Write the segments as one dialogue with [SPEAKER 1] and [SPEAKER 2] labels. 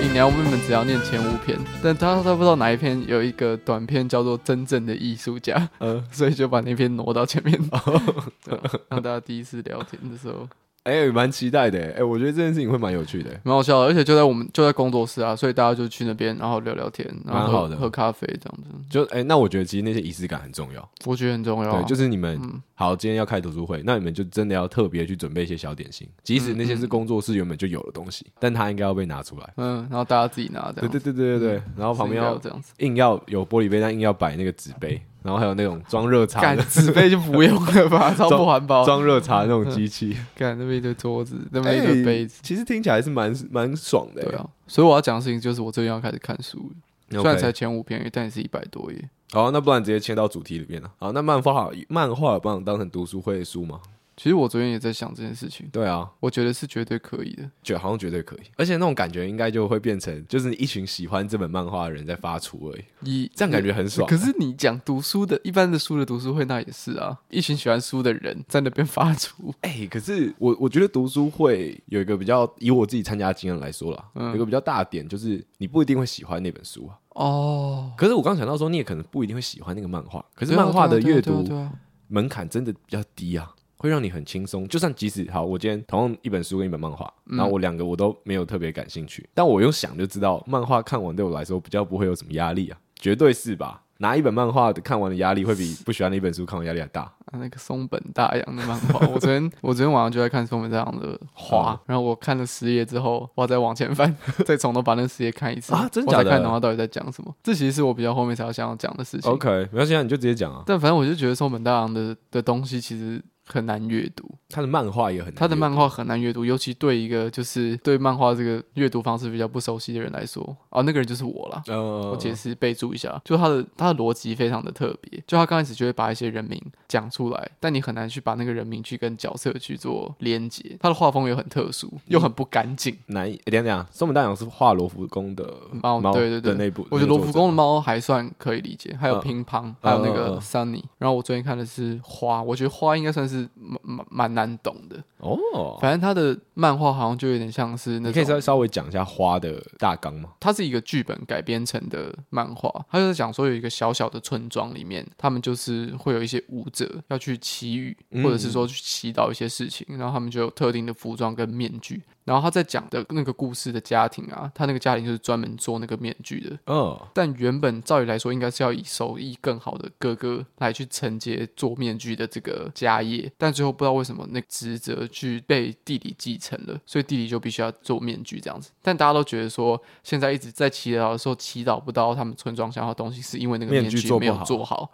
[SPEAKER 1] 一年我们只要念前五篇，但他他不知道哪一篇有一个短篇叫做《真正的艺术家》，
[SPEAKER 2] 嗯，
[SPEAKER 1] 所以就把那篇挪到前面，
[SPEAKER 2] 哦
[SPEAKER 1] 对啊让大家第一次聊天的时候
[SPEAKER 2] 哎、蛮期待的，哎、我觉得这件事情会蛮有趣的，
[SPEAKER 1] 蛮好笑的，而且就在我们就在工作室啊，所以大家就去那边，然后聊聊天，然后
[SPEAKER 2] 蛮
[SPEAKER 1] 喝
[SPEAKER 2] 好的
[SPEAKER 1] 喝咖啡这样子，
[SPEAKER 2] 就哎、那我觉得其实那些仪式感很重要，
[SPEAKER 1] 我觉得很重要啊、
[SPEAKER 2] 对，就是你们、
[SPEAKER 1] 嗯
[SPEAKER 2] 好，今天要开读书会，那你们就真的要特别去准备一些小点心，即使那些是工作室原本就有的东西，但它应该要被拿出来。
[SPEAKER 1] 嗯，然后大家自己拿这
[SPEAKER 2] 对
[SPEAKER 1] 样
[SPEAKER 2] 对
[SPEAKER 1] 子，
[SPEAKER 2] 对对对对，然后
[SPEAKER 1] 然后
[SPEAKER 2] 旁边要
[SPEAKER 1] 这样子，
[SPEAKER 2] 硬要有玻璃杯，但硬要摆那个纸杯，然后还有那种装热茶
[SPEAKER 1] 干
[SPEAKER 2] 的
[SPEAKER 1] 纸杯就不用了吧，超不环保，
[SPEAKER 2] 装热茶的那种机器，哎
[SPEAKER 1] 干那边一堆桌子， 那嗯边一堆杯子，
[SPEAKER 2] 其实听起来是蛮蛮爽的、
[SPEAKER 1] 对啊，所以我要讲的事情就是我最近要开始看书了。
[SPEAKER 2] 哎 OK
[SPEAKER 1] 虽然才前五篇，但也是一百多页。
[SPEAKER 2] 好，那不然直接切到主题里面了。好，那漫画漫画有把你当成读书会的书吗？
[SPEAKER 1] 其实我昨天也在想这件事情，
[SPEAKER 2] 对啊，
[SPEAKER 1] 我觉得是绝对可以的。
[SPEAKER 2] 觉得好像绝对可以，而且那种感觉应该就会变成就是一群喜欢这本漫画的人在发出而已，
[SPEAKER 1] 一
[SPEAKER 2] 这样感觉很爽。啊
[SPEAKER 1] 可是你讲读书的，一般的书的读书会，那也是啊，一群喜欢书的人在那边发出，
[SPEAKER 2] 哎、可是我我觉得读书会有一个比较，以我自己参加的经验来说啦，
[SPEAKER 1] 嗯
[SPEAKER 2] 有一个比较大的点就是你不一定会喜欢那本书啊。
[SPEAKER 1] 哦。
[SPEAKER 2] 可是我刚想到说，你也可能不一定会喜欢那个漫画，可
[SPEAKER 1] 可
[SPEAKER 2] 是漫画的
[SPEAKER 1] 对
[SPEAKER 2] 阅读
[SPEAKER 1] 啊，
[SPEAKER 2] 门槛真的比较低啊，会让你很轻松。就算即使好，我今天同样一本书跟一本漫画，
[SPEAKER 1] 嗯
[SPEAKER 2] 然后我两个我都没有特别感兴趣，但我用想就知道，漫画看完对我来说比较不会有什么压力啊，绝对是吧？拿一本漫画的看完的压力会比不喜欢的一本书看完压力还大。
[SPEAKER 1] 啊那个松本大洋的漫画，我昨天我昨天晚上就在看松本大洋的画，
[SPEAKER 2] 嗯
[SPEAKER 1] 然后我看了十页之后，我要再往前翻，再从头把那十页看一次
[SPEAKER 2] 啊真假的
[SPEAKER 1] 我再看懂他到底在讲什么。这其实是我比较后面才要想要讲的事情。
[SPEAKER 2] OK，没关系啊，你就直接讲啊。
[SPEAKER 1] 但反正我就觉得松本大洋的的东西其实很难阅读，
[SPEAKER 2] 他的漫画也很难
[SPEAKER 1] 他的
[SPEAKER 2] 阅
[SPEAKER 1] 漫画很难阅读，尤其对一个就是对漫画这个阅读方式比较不熟悉的人来说，啊，那个人就是我啦。
[SPEAKER 2] 呃，
[SPEAKER 1] 我解释备注一下，就他的他的逻辑非常的特别，就他刚开始就会把一些人名讲出来，但你很难去把那个人名去跟角色去做连接。他的画风也很特殊，又很不干净。
[SPEAKER 2] 难以。欸等一下等一下，松本大洋是画罗浮宫的
[SPEAKER 1] 猫对对对
[SPEAKER 2] 的那部，
[SPEAKER 1] 我觉得罗浮宫的
[SPEAKER 2] 猫
[SPEAKER 1] 猫还算可以理解，还有
[SPEAKER 2] 嗯
[SPEAKER 1] 乒乓，还有那
[SPEAKER 2] 嗯嗯
[SPEAKER 1] 个
[SPEAKER 2] 嗯
[SPEAKER 1] Sunny。然后我昨天看的是花，我觉得花应该算是蛮蛮蛮难懂的。
[SPEAKER 2] 哦。
[SPEAKER 1] 反正他的漫画好像就有点像是那
[SPEAKER 2] 你可以
[SPEAKER 1] 种，
[SPEAKER 2] 稍稍微讲一下花的大纲吗？
[SPEAKER 1] 它是一个剧本改编成的漫画。他就是讲说有一个小小的村庄里面，他们就是会有一些舞者要去祈雨，
[SPEAKER 2] 嗯
[SPEAKER 1] 或者是说去祈祷一些事情，然后他们就有特定的服装跟面具。然后他在讲的那个故事的家庭啊，他那个家庭就是专门做那个面具的。
[SPEAKER 2] 嗯，
[SPEAKER 1] 但原本照理来说，应该是要以手艺更好的哥哥来去承接做面具的这个家业，但最后不知道为什么那个职责去被弟弟继承了，所以弟弟就必须要做面具这样子。但大家都觉得说，现在一直在祈祷的时候，祈祷不到他们村庄想要的东西，是因为那个
[SPEAKER 2] 面具
[SPEAKER 1] 具
[SPEAKER 2] 做不
[SPEAKER 1] 没有
[SPEAKER 2] 好
[SPEAKER 1] 做好。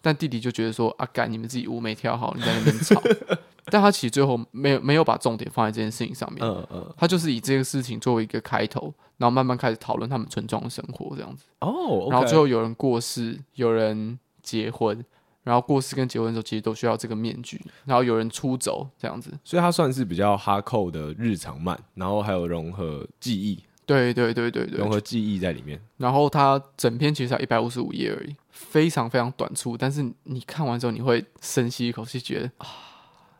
[SPEAKER 1] 但弟弟就觉得说，啊，干你们自己舞没跳好，你在那边吵。但他其实最后没有没有把重点放在这件事情上面，
[SPEAKER 2] 嗯嗯，
[SPEAKER 1] 他就是以这个事情作为一个开头，然后慢慢开始讨论他们村庄的生活这样子。
[SPEAKER 2] 哦，
[SPEAKER 1] 然后
[SPEAKER 2] OK
[SPEAKER 1] 最后有人过世，有人结婚，然后过世跟结婚的时候其实都需要这个面具，然后有人出走这样子。
[SPEAKER 2] 所以它算是比较哈扣的日常漫，然后还有融合记忆，
[SPEAKER 1] 对对对对对
[SPEAKER 2] 融。合记忆在里面。
[SPEAKER 1] 然后它整篇其实才一百五十五页而已，非常非常短促，但是你看完之后你会深吸一口气，觉得啊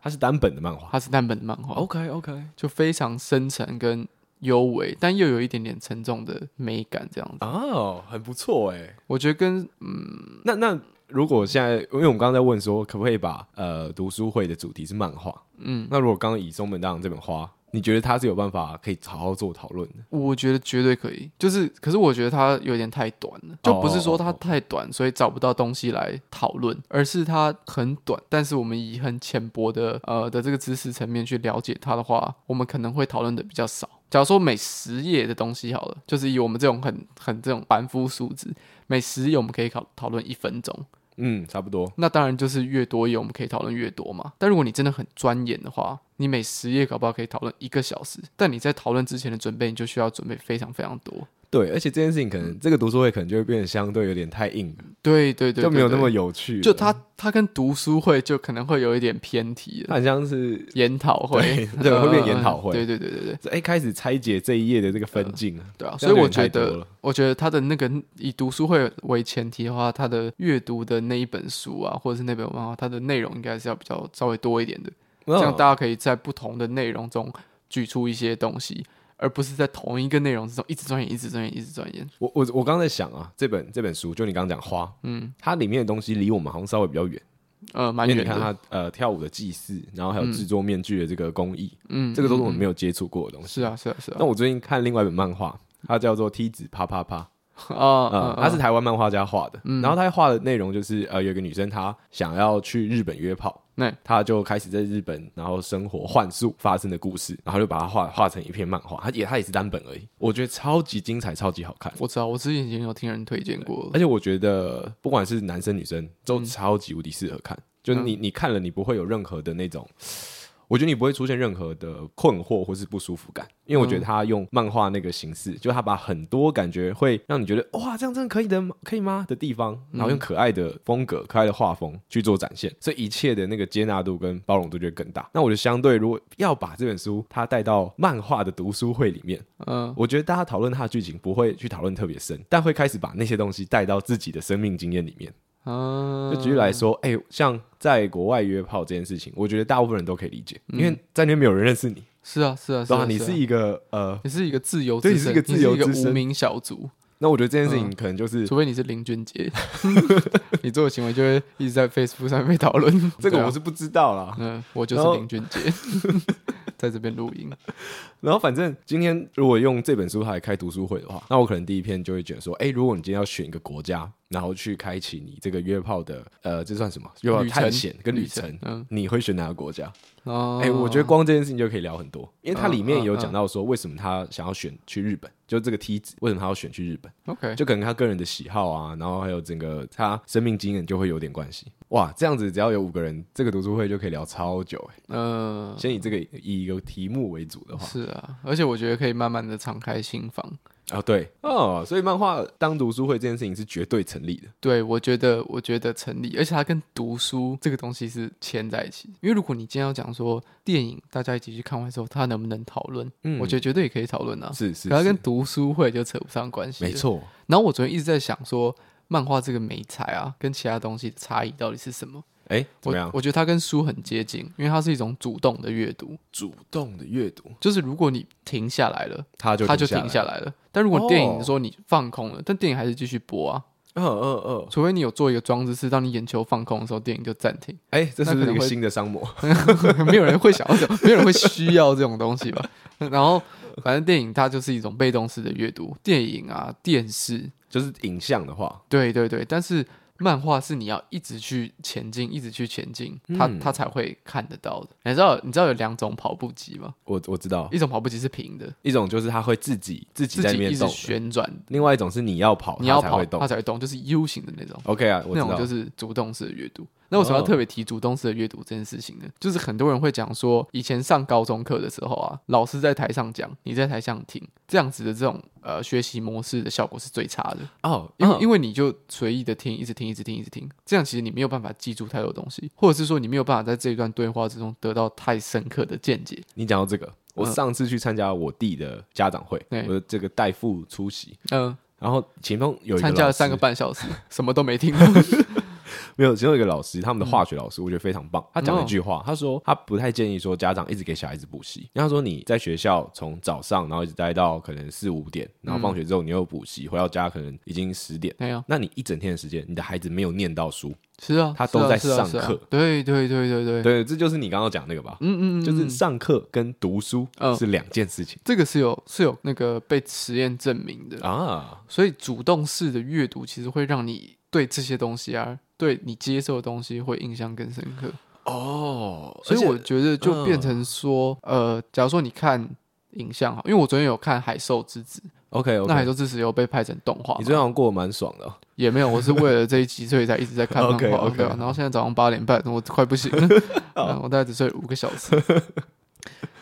[SPEAKER 2] 它是单本的漫画。
[SPEAKER 1] 它是单本的漫画，
[SPEAKER 2] OK OK
[SPEAKER 1] 就非常深沉跟幽微，但又有一点点沉重的美感这样子。
[SPEAKER 2] 哦，很不错哎、
[SPEAKER 1] 我觉得跟嗯
[SPEAKER 2] 那那如果现在，因为我们刚刚在问说，可不可以把呃读书会的主题是漫画？
[SPEAKER 1] 嗯，
[SPEAKER 2] 那如果刚刚以松本大洋这本花，你觉得它是有办法可以好好做讨论的？
[SPEAKER 1] 我觉得绝对可以，就是，可是我觉得它有点太短了，就不是说它太短，所以找不到东西来讨论，而是它很短，但是我们以很浅薄的呃的这个知识层面去了解它的话，我们可能会讨论的比较少。假如说每十页的东西好了，就是以我们这种很很这种凡夫俗子，每十页我们可以讨讨论一分钟，
[SPEAKER 2] 嗯，差不多。
[SPEAKER 1] 那当然就是越多页我们可以讨论越多嘛。但如果你真的很钻研的话，你每十页搞不好可以讨论一个小时，但你在讨论之前的准备，你就需要准备非常非常多。
[SPEAKER 2] 对，而且这件事情可能这个读书会可能就会变得相对有点太硬了，
[SPEAKER 1] 对对对
[SPEAKER 2] 就没有那么啊
[SPEAKER 1] 对
[SPEAKER 2] 有趣了。
[SPEAKER 1] 就它它跟读书会就可能会有一点偏题
[SPEAKER 2] 它
[SPEAKER 1] 了，
[SPEAKER 2] 很像是
[SPEAKER 1] 研讨会
[SPEAKER 2] 对对会变研讨会
[SPEAKER 1] 对对对对对
[SPEAKER 2] 哎、开始拆解这一页的这个分镜啊。
[SPEAKER 1] 对啊！
[SPEAKER 2] 这
[SPEAKER 1] 所以
[SPEAKER 2] 样
[SPEAKER 1] 我
[SPEAKER 2] 有点
[SPEAKER 1] 觉
[SPEAKER 2] 太多
[SPEAKER 1] 得
[SPEAKER 2] 了，
[SPEAKER 1] 我觉得他的那个以读书会为前提的话，他的阅读的那一本书啊，或者是那本漫画，它的内容应该是要比较稍微多一点的。这样
[SPEAKER 2] 嗯
[SPEAKER 1] 大家可以在不同的内容中举出一些东西，而不是在同一个内容之中一直钻研、一直钻研、一直钻研。
[SPEAKER 2] 我我我刚才想啊，这本这本书就你刚刚讲花，嗯，它里面的东西离我们好像稍微比较远，
[SPEAKER 1] 呃，蛮
[SPEAKER 2] 因
[SPEAKER 1] 远
[SPEAKER 2] 为你
[SPEAKER 1] 的。
[SPEAKER 2] 看它呃跳舞的祭祀，然后还有制作面具的这个工艺，
[SPEAKER 1] 嗯，
[SPEAKER 2] 这个都是我
[SPEAKER 1] 嗯
[SPEAKER 2] 们没有接触过的东西。
[SPEAKER 1] 是啊，是啊，是啊
[SPEAKER 2] 那。我最近看另外一本漫画，它叫做《梯子啪啪啪》，
[SPEAKER 1] 啊
[SPEAKER 2] 呃，，他是台湾漫画家画的，
[SPEAKER 1] 嗯
[SPEAKER 2] 然后他画的内容就是呃，有一个女生她想要去日本约炮，
[SPEAKER 1] 那
[SPEAKER 2] 她就开始在日本然后生活幻术发生的故事，然后就把它画画成一篇漫画，它也它也是单本而已，我觉得超级精彩，超级好看。
[SPEAKER 1] 我知道，我之前已经有听人推荐过
[SPEAKER 2] 而。且我觉得不管是男生女生都超级无敌适合看，就你你看了你不会有任何的那种。我觉得你不会出现任何的困惑或是不舒服感，因为我觉得他用漫画那个形式，就他把很多感觉会让你觉得哇，这样真的可以的吗？可以吗的地方，然后用可爱的风格、可爱的画风去做展现，所以一切的那个接纳度跟包容度就会更大。那我觉得相对，如果要把这本书它带到漫画的读书会里面，
[SPEAKER 1] 嗯，
[SPEAKER 2] 我觉得大家讨论它的剧情不会去讨论特别深，但会开始把那些东西带到自己的生命经验里面。
[SPEAKER 1] 啊
[SPEAKER 2] 就，举例来说，哎、像在国外约炮这件事情，我觉得大部分人都可以理解，因为在那边没有人认识你，
[SPEAKER 1] 是啊，是嗯啊，是
[SPEAKER 2] 对吧、
[SPEAKER 1] 啊，
[SPEAKER 2] 你
[SPEAKER 1] 啊
[SPEAKER 2] 是一个呃，
[SPEAKER 1] 你是一个自由
[SPEAKER 2] 对
[SPEAKER 1] 之
[SPEAKER 2] 你是
[SPEAKER 1] 身，
[SPEAKER 2] 一个自
[SPEAKER 1] 你
[SPEAKER 2] 由
[SPEAKER 1] 是一
[SPEAKER 2] 之
[SPEAKER 1] 个无
[SPEAKER 2] 身
[SPEAKER 1] 名小卒，
[SPEAKER 2] 那我觉得这件事
[SPEAKER 1] 嗯
[SPEAKER 2] 情可能就是、
[SPEAKER 1] 除非你是林俊 杰，你做的行为就会一直在 Facebook 上面被讨论。
[SPEAKER 2] 这个
[SPEAKER 1] 对啊
[SPEAKER 2] 我是不知道啦。
[SPEAKER 1] 嗯，我就
[SPEAKER 2] 然后
[SPEAKER 1] 是林俊杰， 在这边录音。
[SPEAKER 2] 然后反正今天如果用这本书来开读书会的话，那我可能第一篇就会觉得说，哎、如果你今天要选一个国家，然后去开启你这个约炮的呃，这算什么？约炮
[SPEAKER 1] 旅
[SPEAKER 2] 探
[SPEAKER 1] 程
[SPEAKER 2] 险跟旅
[SPEAKER 1] 旅
[SPEAKER 2] 程
[SPEAKER 1] 程，嗯
[SPEAKER 2] 你会选哪个国家？
[SPEAKER 1] 哦，嗯
[SPEAKER 2] 哎、我觉得光这件事情就可以聊很多，因为它里面有讲到说为什么他想要选去日本，就这个梯子为什么他要选去日本，
[SPEAKER 1] OK，
[SPEAKER 2] 就可能他个人的喜好啊，然后还有整个他生命经验就会有点关系。哇，这样子只要有五个人，这个读书会就可以聊超久、欸。
[SPEAKER 1] 嗯，
[SPEAKER 2] 先以这个以一个题目为主的话，
[SPEAKER 1] 是啊，而且我觉得可以慢慢的敞开心房。
[SPEAKER 2] 啊、对哦，所以漫画当读书会这件事情是绝对成立的。
[SPEAKER 1] 对，我觉得，我觉得成立，而且它跟读书这个东西是牵在一起。因为如果你今天要讲说电影，大家一起去看完之后，它能不能讨论？
[SPEAKER 2] 嗯
[SPEAKER 1] 我觉得绝对也可以讨论啊。
[SPEAKER 2] 是是
[SPEAKER 1] 可它
[SPEAKER 2] 是
[SPEAKER 1] 跟读书会就扯不上关系。
[SPEAKER 2] 没。错，
[SPEAKER 1] 然后我昨天一直在想说，漫画这个美材啊，跟其他东西的差异到底是什么？
[SPEAKER 2] 哎、怎么
[SPEAKER 1] 我
[SPEAKER 2] 样？
[SPEAKER 1] 我觉得它跟书很接近，因为它是一种主动的阅读，
[SPEAKER 2] 主动的阅读，
[SPEAKER 1] 就是如果你停下来了，
[SPEAKER 2] 他就
[SPEAKER 1] 它就
[SPEAKER 2] 停
[SPEAKER 1] 停
[SPEAKER 2] 下
[SPEAKER 1] 下
[SPEAKER 2] 来。
[SPEAKER 1] 来了。但如果电影
[SPEAKER 2] 哦
[SPEAKER 1] 说你放空了，但电影还是继续播啊。
[SPEAKER 2] 嗯嗯嗯，
[SPEAKER 1] 除非你有做一个装置，是当你眼球放空的时候，电影就暂停。
[SPEAKER 2] 哎、这
[SPEAKER 1] 那
[SPEAKER 2] 是不
[SPEAKER 1] 可
[SPEAKER 2] 是一
[SPEAKER 1] 能
[SPEAKER 2] 个
[SPEAKER 1] 会
[SPEAKER 2] 新的商模？
[SPEAKER 1] 没有人会想要这种，没有人会需要这种东西吧？ 然后，反正电影它就是一种被动式的阅读，电影啊、电视，
[SPEAKER 2] 就是影像的话，
[SPEAKER 1] 对对对。但是漫画是你要一直去前进，一直去前进，它
[SPEAKER 2] 嗯
[SPEAKER 1] 它才会看得到的。你知道你知道有两种跑步机吗？
[SPEAKER 2] 我我知道，
[SPEAKER 1] 一种跑步机是平的，
[SPEAKER 2] 一种就是它会自己自己
[SPEAKER 1] 自
[SPEAKER 2] 在那
[SPEAKER 1] 己
[SPEAKER 2] 边
[SPEAKER 1] 一直
[SPEAKER 2] 动的，
[SPEAKER 1] 旋转，
[SPEAKER 2] 另外一种是你要跑，
[SPEAKER 1] 你要
[SPEAKER 2] 它才
[SPEAKER 1] 跑
[SPEAKER 2] 会动
[SPEAKER 1] 哦它。才会动，就是 U 型的那种。
[SPEAKER 2] OK 啊，我
[SPEAKER 1] 那
[SPEAKER 2] 知
[SPEAKER 1] 种
[SPEAKER 2] 道，
[SPEAKER 1] 就是主动式的阅读。那为什么要
[SPEAKER 2] 哦
[SPEAKER 1] 特别提主动式的阅读这件事情呢？就是很多人会讲说，以前上高中课的时候啊，老师在台上讲，你在台上听，这样子的这种呃学习模式的效果是最差的，
[SPEAKER 2] 哦，
[SPEAKER 1] 因为、
[SPEAKER 2] 嗯
[SPEAKER 1] 因为你就随意的听，一直听，一直听，一直听，这样其实你没有办法记住太多东西，或者是说你没有办法在这一段对话之中得到太深刻的见解。
[SPEAKER 2] 你讲到这个，我上次去参加我弟的家长会，
[SPEAKER 1] 嗯对
[SPEAKER 2] 我的这个代父出席，
[SPEAKER 1] 嗯、
[SPEAKER 2] 然后其中有一个
[SPEAKER 1] 参加
[SPEAKER 2] 老
[SPEAKER 1] 了
[SPEAKER 2] 师
[SPEAKER 1] 三个，半小时，什么都没听到。
[SPEAKER 2] 没有，其中有一个老师，
[SPEAKER 1] 嗯
[SPEAKER 2] 他们的化学老师，我觉得非常棒。他讲了一句话，他说他不太建议说家长一直给小孩子补习，因为他说你在学校从早上，然后一直待到可能四五点，然后
[SPEAKER 1] 嗯
[SPEAKER 2] 放学之后你又补习，回到家可能已经十点。
[SPEAKER 1] 没有，
[SPEAKER 2] 那你一整天的时间，你的孩子没有念到书，
[SPEAKER 1] 是啊，
[SPEAKER 2] 他
[SPEAKER 1] 是啊
[SPEAKER 2] 都在
[SPEAKER 1] 是啊
[SPEAKER 2] 上
[SPEAKER 1] 是啊
[SPEAKER 2] 课
[SPEAKER 1] 对对对对对，
[SPEAKER 2] 对，这就是你刚刚讲那个吧？嗯嗯就是上课跟读书
[SPEAKER 1] 嗯
[SPEAKER 2] 是两件事情、
[SPEAKER 1] 这个是有是有那个被实验证明的。
[SPEAKER 2] 啊。
[SPEAKER 1] 所以主动式的阅读其实会让你对这些东西啊，对你接受的东西会印象更深刻。
[SPEAKER 2] 哦，
[SPEAKER 1] 所以我觉得就
[SPEAKER 2] 嗯
[SPEAKER 1] 变成说，呃，假如说你看影像哈，因为我昨天有看《海兽之子》
[SPEAKER 2] OK OK，
[SPEAKER 1] 那《海兽之子》有被拍成动画嘛，
[SPEAKER 2] 你昨天好像过得蛮爽的哦、
[SPEAKER 1] 也没有，我是为了这一集所以才一直在看 漫画
[SPEAKER 2] OK，OK
[SPEAKER 1] 对啊然后现在早上八点半，我快不行 了， 嗯我大概只睡五个小时。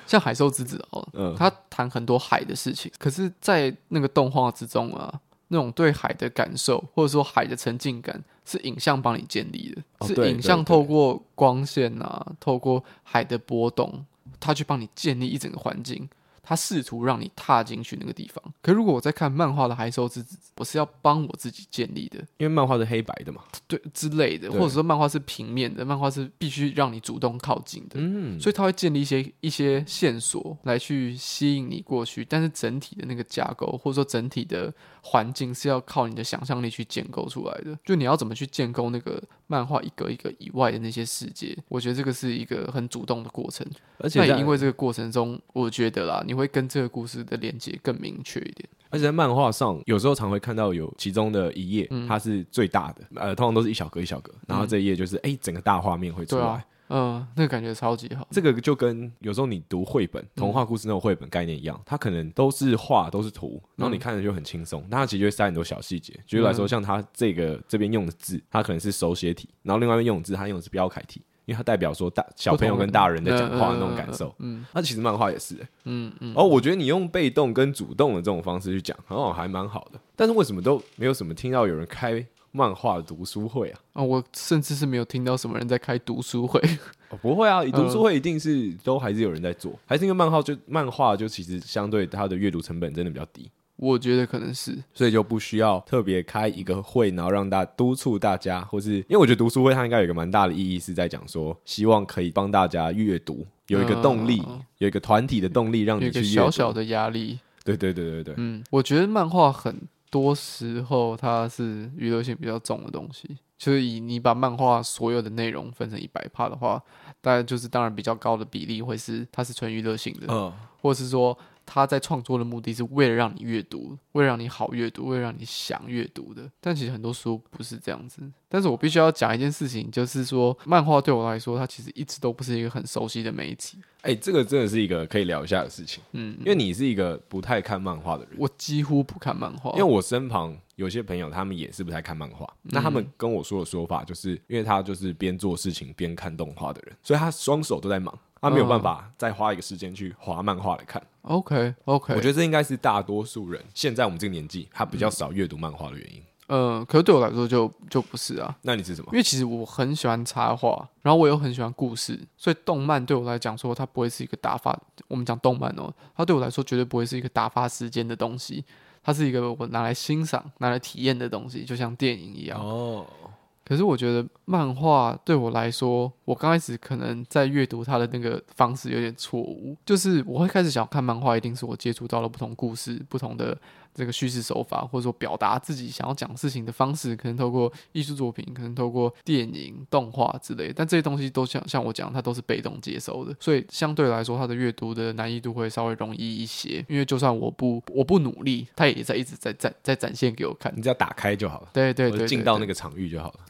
[SPEAKER 1] 像海兽之子哦，
[SPEAKER 2] 嗯
[SPEAKER 1] 他谈很多海的事情，可是，在那个动画之中啊，那种对海的感受，或者说海的沉浸感，是影像帮你建立的，
[SPEAKER 2] 哦
[SPEAKER 1] 是
[SPEAKER 2] 对
[SPEAKER 1] 影像
[SPEAKER 2] 对对
[SPEAKER 1] 透过光线啊，透过海的波动，它去帮你建立一整个环境。他试图让你踏进去那个地方。可如果我在看漫画的海兽之子，我是要帮我自己建立的，
[SPEAKER 2] 因为漫画是黑白的嘛，
[SPEAKER 1] 对之类的，
[SPEAKER 2] 对
[SPEAKER 1] 或者说漫画是平面的，漫画是必须让你主动靠近的。
[SPEAKER 2] 嗯，
[SPEAKER 1] 所以他会建立一些一些线索来去吸引你过去，但是整体的那个架构或者说整体的环境是要靠你的想象力去建构出来的。就你要怎么去建构那个漫画一格一个以外的那些世界，我觉得这个是一个很主动的过程。
[SPEAKER 2] 而且
[SPEAKER 1] 那
[SPEAKER 2] 在
[SPEAKER 1] 也因为这个过程中，我觉得啦，你会跟这个故事的连接更明确一点。
[SPEAKER 2] 而且在漫画上，有时候常会看到有其中的一页，
[SPEAKER 1] 嗯
[SPEAKER 2] 它是最大的，呃，通常都是一小格一小格，然后这一页就是哎、整个大画面会出
[SPEAKER 1] 对
[SPEAKER 2] 来。
[SPEAKER 1] 啊，嗯、那个感觉超级好。
[SPEAKER 2] 这个就跟有时候你读绘本、童话故事那种绘本概念一样，它可能都是画都是图，然后你看着就很轻松，但它其实就会塞很多小细节。举例来说，像它这个这边用的字，它可能是手写体，然后另外一边用的字，它用的是标楷体，因为它代表说大小朋友跟大人在讲话的那种感受。嗯，那其实漫画也是、欸，嗯嗯。哦，我觉得你用被动跟主动的这种方式去讲，哦，还蛮好的。但是为什么都没有什么听到有人开漫画读书会啊？
[SPEAKER 1] 啊、我甚至是没有听到什么人在开读书会，
[SPEAKER 2] 哦，不会
[SPEAKER 1] 嗯
[SPEAKER 2] 啊，读书会一定是都还是有人在做，还是因为漫画就漫画就其实相对它的阅读成本真的比较低，
[SPEAKER 1] 我觉得可能是
[SPEAKER 2] 所以就不需要特别开一个会，然后让大督促大家，或是因为我觉得读书会它应该有一个蛮大的意义是在讲说，希望可以帮大家阅读。有一个动力，有一个团体的动力，让
[SPEAKER 1] 嗯有
[SPEAKER 2] 你
[SPEAKER 1] 一
[SPEAKER 2] 去
[SPEAKER 1] 个
[SPEAKER 2] 阅读。
[SPEAKER 1] 小小的压力。
[SPEAKER 2] 对对对对对，
[SPEAKER 1] 嗯，我觉得漫画很多时候它是娱乐性比较重的东西，就是以你把漫画所有的内容分成一百趴的话，大概就是当然比较高的比例会是它是纯娱乐性的，
[SPEAKER 2] 嗯，
[SPEAKER 1] 或是说它在创作的目的是为了让你阅读，为了让你好阅读，为了让你想阅读的。但其实很多书不是这样子。但是我必须要讲一件事情，就是说漫画对我来说，它其实一直都不是一个很熟悉的媒体。
[SPEAKER 2] 哎、这个真的是一个可以聊一下的事情，
[SPEAKER 1] 嗯，
[SPEAKER 2] 因为你是一个不太看漫画的人。
[SPEAKER 1] 我几乎不看漫画，
[SPEAKER 2] 因为我身旁有些朋友，他们也是不太看漫画，
[SPEAKER 1] 嗯
[SPEAKER 2] 那他们跟我说的说法，就是因为他就是边做事情边看动画的人，所以他双手都在忙，他没有办法再花一个时间去划漫画来看。
[SPEAKER 1] OK OK，
[SPEAKER 2] 我觉得这应该是大多数人现在我们这个年纪，他比较少阅读漫画的原因。
[SPEAKER 1] 嗯，可是对我来说就就不是啊，
[SPEAKER 2] 那你是什么
[SPEAKER 1] 因？为其实我很喜欢插画，然后我又很喜欢故事，所以动漫对我来讲说它不会是一个打发，我们讲动漫哦，它对我来说绝对不会是一个打发时间的东西，它是一个我拿来欣赏、拿来体验的东西，就像电影一样。
[SPEAKER 2] 哦，
[SPEAKER 1] 可是我觉得漫画对我来说，我刚开始可能在阅读它的那个方式有点错误，就是我会开始想看漫画，一定是我接触到了不同故事、不同的这个叙事手法，或者说表达自己想要讲事情的方式，可能透过艺术作品，可能透过电影、动画之类的。但这些东西都像像我讲，它都是被动接收的，所以相对来说，它的阅读的难易度会稍微容易一些。因为就算我不我不努力，它也在一直在在在展现给我看。
[SPEAKER 2] 你只要打开就好了，
[SPEAKER 1] 对对
[SPEAKER 2] 或
[SPEAKER 1] 对
[SPEAKER 2] 者
[SPEAKER 1] 对，
[SPEAKER 2] 进到
[SPEAKER 1] 对
[SPEAKER 2] 那个场域就好了。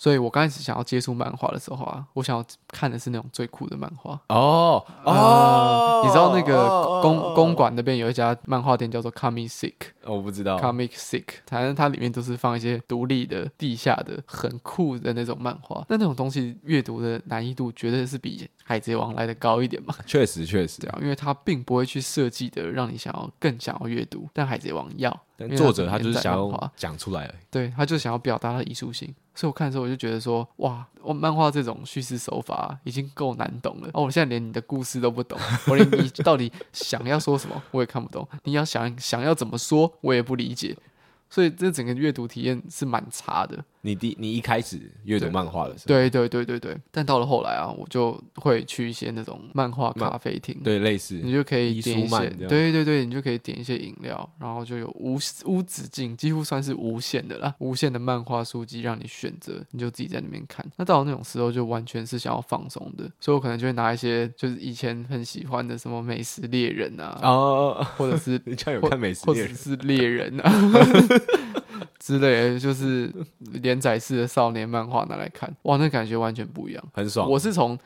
[SPEAKER 1] 所以我刚开始想要接触漫画的时候啊，我想要看的是那种最酷的漫画。
[SPEAKER 2] 哦
[SPEAKER 1] 啊你知道那
[SPEAKER 2] 哦
[SPEAKER 1] 个公、
[SPEAKER 2] 哦
[SPEAKER 1] 公馆那边有一家漫画店叫做 Comic Sick，Comic
[SPEAKER 2] 哦我不知道，
[SPEAKER 1] Sick，反正它里面都是放一些独立的、地下的、很酷的那种漫画。那那种东西阅读的难易度绝对是比《海贼王》来的高一点嘛？
[SPEAKER 2] 确实确实
[SPEAKER 1] 对，啊，因为它并不会去设计的让你想要更想要阅读，但《海贼王》要，
[SPEAKER 2] 但
[SPEAKER 1] 因为它
[SPEAKER 2] 作者他就是
[SPEAKER 1] 连载
[SPEAKER 2] 想
[SPEAKER 1] 漫画
[SPEAKER 2] 要讲出来而已。
[SPEAKER 1] 对，他就想要表达他的艺术性，所以我看的时候我就觉得说，哇，我漫画这种叙事手法已经够难懂了，哦，我现在连你的故事都不懂，我连你到底想要说什么我也看不懂，你要想想要怎么说我也不理解，所以这整个阅读体验是蛮差的。
[SPEAKER 2] 你第你一开始阅读
[SPEAKER 1] 对
[SPEAKER 2] 漫画的时候，
[SPEAKER 1] 对对对对对，但到了后来啊，我就会去一些那种漫画
[SPEAKER 2] 漫
[SPEAKER 1] 咖啡厅，
[SPEAKER 2] 对类似
[SPEAKER 1] 你就可以
[SPEAKER 2] 伊
[SPEAKER 1] 点
[SPEAKER 2] 舒
[SPEAKER 1] 一
[SPEAKER 2] 曼
[SPEAKER 1] 些
[SPEAKER 2] 这，样
[SPEAKER 1] 对对对，你就可以点一些饮料，然后就有无无止境，几乎算是无限的啦，无限的漫画书籍让你选择，你就自己在那边看。那到了那种时候，就完全是想要放松的，所以我可能就会拿一些就是以前很喜欢的什么美食猎人啊，
[SPEAKER 2] 哦，
[SPEAKER 1] 或者是
[SPEAKER 2] 你这样有看美食
[SPEAKER 1] 或
[SPEAKER 2] 猎
[SPEAKER 1] 者
[SPEAKER 2] 人？
[SPEAKER 1] 是猎人啊 之类的，就是连载式的少年漫画拿来看，哇，那感觉完全不一样。
[SPEAKER 2] 很爽。
[SPEAKER 1] 我是从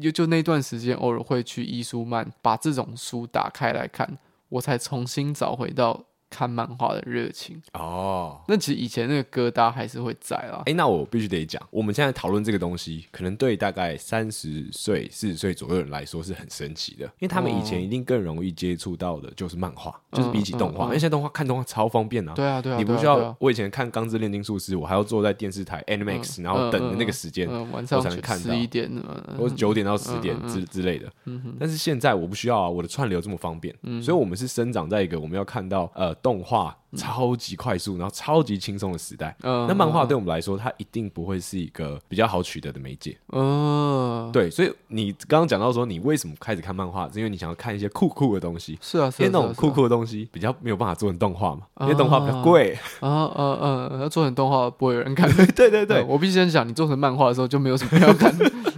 [SPEAKER 1] 就就那段时间偶尔会去伊书曼把这种书打开来看，我才重新找回到看漫画的热情。
[SPEAKER 2] 哦，
[SPEAKER 1] 那其实以前那个疙瘩还是会在啊啦。
[SPEAKER 2] 哎、那我必须得讲，我们现在讨论这个东西，可能对大概三十岁、四十岁左右的人来说是很神奇的，因为他们以前一定更容易接触到的就是漫画，就是比起动画，
[SPEAKER 1] 哦嗯嗯嗯
[SPEAKER 2] 因为现在动画看动画超方便啊。
[SPEAKER 1] 对啊，对啊，
[SPEAKER 2] 你不
[SPEAKER 1] 对啊
[SPEAKER 2] 需
[SPEAKER 1] 对
[SPEAKER 2] 要
[SPEAKER 1] 啊，
[SPEAKER 2] 我以前看《钢之炼金术师》，我还要坐在电视台 Animax，、
[SPEAKER 1] 嗯
[SPEAKER 2] 然后等着那个时间，
[SPEAKER 1] 嗯，晚上
[SPEAKER 2] 我才能看到
[SPEAKER 1] 十一点，嗯
[SPEAKER 2] 或者九点到十点之之类的。但是现在我不需要啊，我的串流这么方便，
[SPEAKER 1] 嗯
[SPEAKER 2] 所以我们是生长在一个我们要看到呃动画超级快速，然后超级轻松的时代。
[SPEAKER 1] 嗯
[SPEAKER 2] 那漫画对我们来说，它一定不会是一个比较好取得的媒介。
[SPEAKER 1] 嗯，
[SPEAKER 2] 对，所以你刚刚讲到说，你为什么开始看漫画，是因为你想要看一些酷酷的东西。
[SPEAKER 1] 是啊，
[SPEAKER 2] 因
[SPEAKER 1] 是啊
[SPEAKER 2] 为那种
[SPEAKER 1] 是啊
[SPEAKER 2] 酷酷的东西比较没有办法做成动画嘛，因为动画比较 贵。
[SPEAKER 1] 是啊啊嗯嗯，要做成动画不会有人看。
[SPEAKER 2] 对 对对
[SPEAKER 1] 嗯，我必须先讲，你做成漫画的时候就没有什么人要看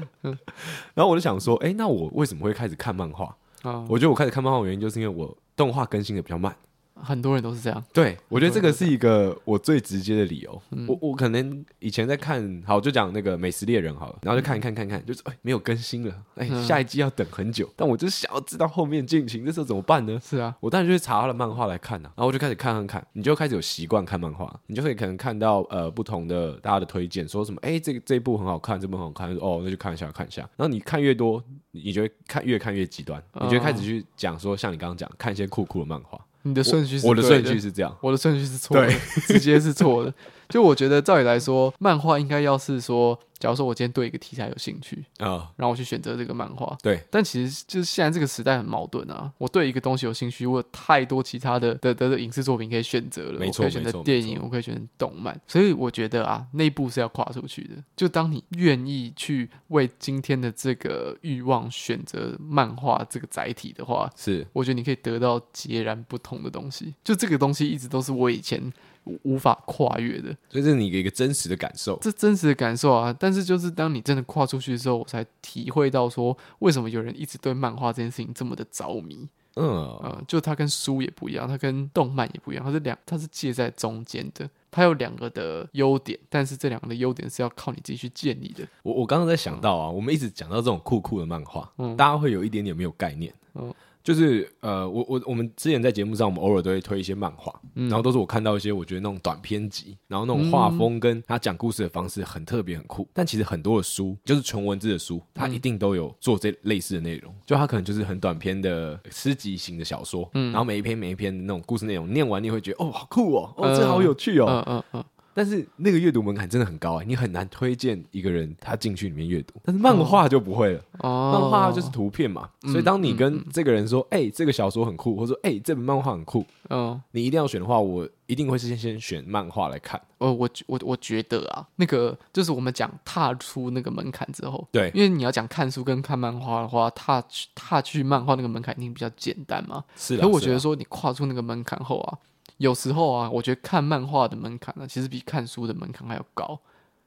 [SPEAKER 2] 然后我就想说，哎，那我为什么会开始看漫画？
[SPEAKER 1] 啊，
[SPEAKER 2] 我觉得我开始看漫画的原因就是因为我动画更新的比较慢。
[SPEAKER 1] 很多人都是这样。
[SPEAKER 2] 对，我觉得这个
[SPEAKER 1] 嗯
[SPEAKER 2] 是一个我最直接的理由。我我可能以前在看，好就讲那个《美食猎人》好了，然后就看一看看看，就是哎没有更新了，哎
[SPEAKER 1] 嗯
[SPEAKER 2] 下一季要等很久，但我就是想要知道后面进行，这时候怎么办呢？
[SPEAKER 1] 是啊，
[SPEAKER 2] 我当然就是查他的漫画来看啊，然后我就开始看看看，你就开始有习惯看漫画，你就会可能看到呃不同的大家的推荐，说什么哎、这个这一部很好看，这部很好看，就说哦那就看一下看一下，然后你看越多，你你就会看越看越极端，你就会
[SPEAKER 1] 嗯
[SPEAKER 2] 开始去讲说像你刚刚讲看一些酷酷的漫画，
[SPEAKER 1] 你的顺序是
[SPEAKER 2] 我的
[SPEAKER 1] 对
[SPEAKER 2] 顺序是这样。
[SPEAKER 1] 我的顺序是错的
[SPEAKER 2] 对，
[SPEAKER 1] 直接是错的。就我觉得，照理来说，漫画应该要是说，假如说我今天对一个题材有兴趣，
[SPEAKER 2] 啊、
[SPEAKER 1] 然后我去选择这个漫画。
[SPEAKER 2] 对，
[SPEAKER 1] 但其实就是现在这个时代很矛盾啊！我对一个东西有兴趣，我有太多其他的的的的影视作品可以选择了，
[SPEAKER 2] 没
[SPEAKER 1] 我
[SPEAKER 2] 错
[SPEAKER 1] 可以选择
[SPEAKER 2] 没错
[SPEAKER 1] 电
[SPEAKER 2] 没
[SPEAKER 1] 影，
[SPEAKER 2] 错
[SPEAKER 1] 我可以选择动漫，所以我觉得啊，内部是要跨出去的。就当你愿意去为今天的这个欲望选择漫画这个载体的话，
[SPEAKER 2] 是
[SPEAKER 1] 我觉得你可以得到截然不同的东西。就这个东西一直都是我以前无无法跨越的，
[SPEAKER 2] 所以这是你的一个真实的感受。
[SPEAKER 1] 这真实的感受啊。但是就是当你真的跨出去之后，我才体会到说，为什么有人一直对漫画这件事情这么的着迷。
[SPEAKER 2] 嗯，
[SPEAKER 1] 呃，就它跟书也不一样，它跟动漫也不一样，它是两，它是介在中间的。它有两个的优点，但是这两个的优点是要靠你自己去建立的。
[SPEAKER 2] 我我刚刚在想到啊，我们一直讲到这种酷酷的漫画，
[SPEAKER 1] 嗯
[SPEAKER 2] 大家会有一点点没有概念。
[SPEAKER 1] 嗯
[SPEAKER 2] 就是呃，我我我们之前在节目上，我们偶尔都会推一些漫画，
[SPEAKER 1] 嗯
[SPEAKER 2] 然后都是我看到一些我觉得那种短篇集，然后那种画风跟他讲故事的方式很特别很酷。但其实很多的书，就是纯文字的
[SPEAKER 1] 嗯
[SPEAKER 2] 书，它一定都有做这类似的内容，就它可能就是很短篇的诗集型的小说，
[SPEAKER 1] 嗯
[SPEAKER 2] 然后每一篇每一篇的那种故事内容，念完你会觉得哦好酷哦，哦这好有趣哦，
[SPEAKER 1] 嗯嗯嗯，
[SPEAKER 2] 但是那个阅读门槛真的很高哎、你很难推荐一个人他进去里面阅读。但是漫画就不会了，
[SPEAKER 1] 哦，
[SPEAKER 2] 漫画就是图片嘛，所以当你跟这个人说，哎、这个小说很酷，或者说，哎、这本漫画很酷，
[SPEAKER 1] 嗯，
[SPEAKER 2] 你一定要选的话，我一定会是先先选漫画来看。
[SPEAKER 1] 呃，我觉我我觉得啊，那个就是我们讲踏出那个门槛之后，
[SPEAKER 2] 对，
[SPEAKER 1] 因为你要讲看书跟看漫画的话，踏去踏去漫画那个门槛一定比较简单嘛。
[SPEAKER 2] 是
[SPEAKER 1] 可
[SPEAKER 2] 的。
[SPEAKER 1] 我
[SPEAKER 2] 是
[SPEAKER 1] 觉得
[SPEAKER 2] 啦
[SPEAKER 1] 说你跨出那个门槛后啊，有时候啊，我觉得看漫画的门槛呢、其实比看书的门槛还要高。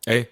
[SPEAKER 2] 哎、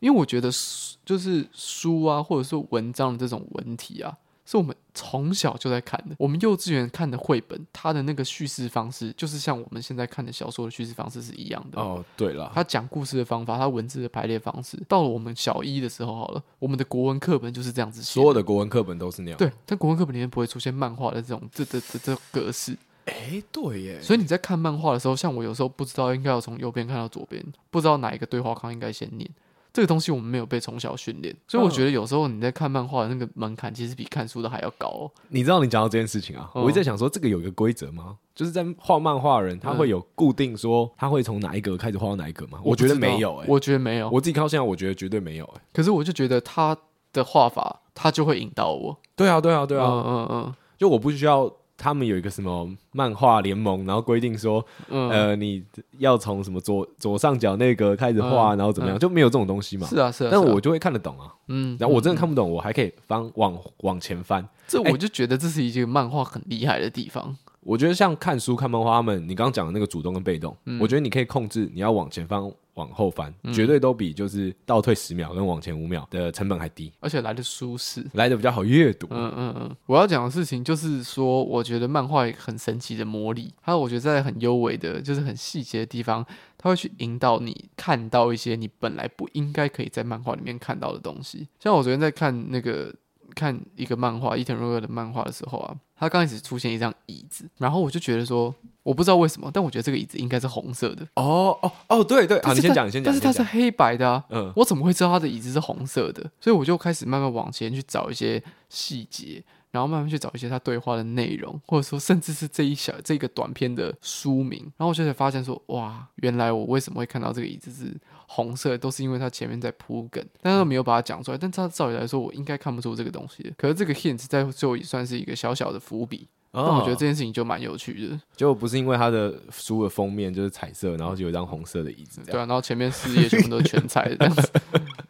[SPEAKER 1] 因为我觉得书就是书啊，或者说文章的这种文体啊，是我们从小就在看的。我们幼稚园看的绘本，它的那个叙事方式，就是像我们现在看的小说的叙事方式是一样的。
[SPEAKER 2] 哦，对了，
[SPEAKER 1] 他讲故事的方法，他文字的排列方式，到了我们小一的时候好了，我们的国文课本就是这样子写
[SPEAKER 2] 所。有的国文课本都是那样。，
[SPEAKER 1] 对，但国文课本里面不会出现漫画的这种这这这这种格式，
[SPEAKER 2] 哎、对耶，
[SPEAKER 1] 所以你在看漫画的时候，像我有时候不知道应该要从右边看到左边，不知道哪一个对话框应该先念，这个东西我们没有被从小训练，所以我觉得有时候你在看漫画的那个门槛其实比看书的还要高、哦。
[SPEAKER 2] 你知道你讲到这件事情啊，
[SPEAKER 1] 嗯
[SPEAKER 2] 我一直在想说，这个有一个规则吗？就是在画漫画的人，他会有固定说他会从哪一格开始画到哪一格吗？我觉得
[SPEAKER 1] 不知道
[SPEAKER 2] 没有哎、
[SPEAKER 1] 我觉得没有，
[SPEAKER 2] 我自己看到现在，我觉得绝对没有哎、
[SPEAKER 1] 可是我就觉得他的画法，他就会引导我。
[SPEAKER 2] 对啊，对啊，对啊，
[SPEAKER 1] 嗯嗯嗯
[SPEAKER 2] 就我不需要他们有一个什么漫画联盟，然后规定说，
[SPEAKER 1] 嗯，
[SPEAKER 2] 呃，你要从什么左左上角那个开始画，
[SPEAKER 1] 嗯
[SPEAKER 2] 然后怎么样，就没有这种东西嘛。
[SPEAKER 1] 是啊是啊，
[SPEAKER 2] 但
[SPEAKER 1] 是啊
[SPEAKER 2] 我就会看得懂啊，
[SPEAKER 1] 嗯，
[SPEAKER 2] 然后我真的看不懂，我还可以翻往往前翻。
[SPEAKER 1] 这我就觉得这是一个漫画很厉害的地方。
[SPEAKER 2] 我觉得像看书、看漫画，他们你刚刚讲的那个主动跟被动，
[SPEAKER 1] 嗯
[SPEAKER 2] 我觉得你可以控制你要往前翻、往后翻，绝对都比就是倒退十秒跟往前五秒的成本还低，
[SPEAKER 1] 而且来的舒适。
[SPEAKER 2] 来的比较好阅读。
[SPEAKER 1] 嗯嗯嗯，我要讲的事情就是说，我觉得漫画很神奇的魔力，还有我觉得在很优美的，就是很细节的地方，它会去引导你看到一些你本来不应该可以在漫画里面看到的东西。像我昨天在看那个看一个漫画，伊藤润二的漫画的时候啊，他刚开始出现一张椅子，然后我就觉得说，我不知道为什么，但我觉得这个椅子应该是红色的。
[SPEAKER 2] 哦哦哦，对对，好，
[SPEAKER 1] 但
[SPEAKER 2] 你
[SPEAKER 1] 是
[SPEAKER 2] 先
[SPEAKER 1] 它
[SPEAKER 2] 讲，你先
[SPEAKER 1] 但
[SPEAKER 2] 讲，
[SPEAKER 1] 是
[SPEAKER 2] 你
[SPEAKER 1] 它
[SPEAKER 2] 先
[SPEAKER 1] 是
[SPEAKER 2] 讲
[SPEAKER 1] 黑白的啊，
[SPEAKER 2] 嗯
[SPEAKER 1] 我怎么会知道它的椅子是红色的？所以我就开始慢慢往前去找一些细节，然后慢慢去找一些他对话的内容，或者说甚至是这一小这个短片的书名。然后我就才发现说，哇，原来我为什么会看到这个椅子是红色的，都是因为它前面在铺梗，但是没有把它讲出来。但它照理来说，我应该看不出这个东西的。可是这个 hint 在最后也算是一个小小的伏笔。
[SPEAKER 2] 哦
[SPEAKER 1] 但我觉得这件事情就蛮有趣的，
[SPEAKER 2] 结果不是因为他的书的封面就是彩色，然后就有一张红色的椅子，这
[SPEAKER 1] 对啊，
[SPEAKER 2] 样
[SPEAKER 1] 然后前面四页全部都是全 彩的，这样子，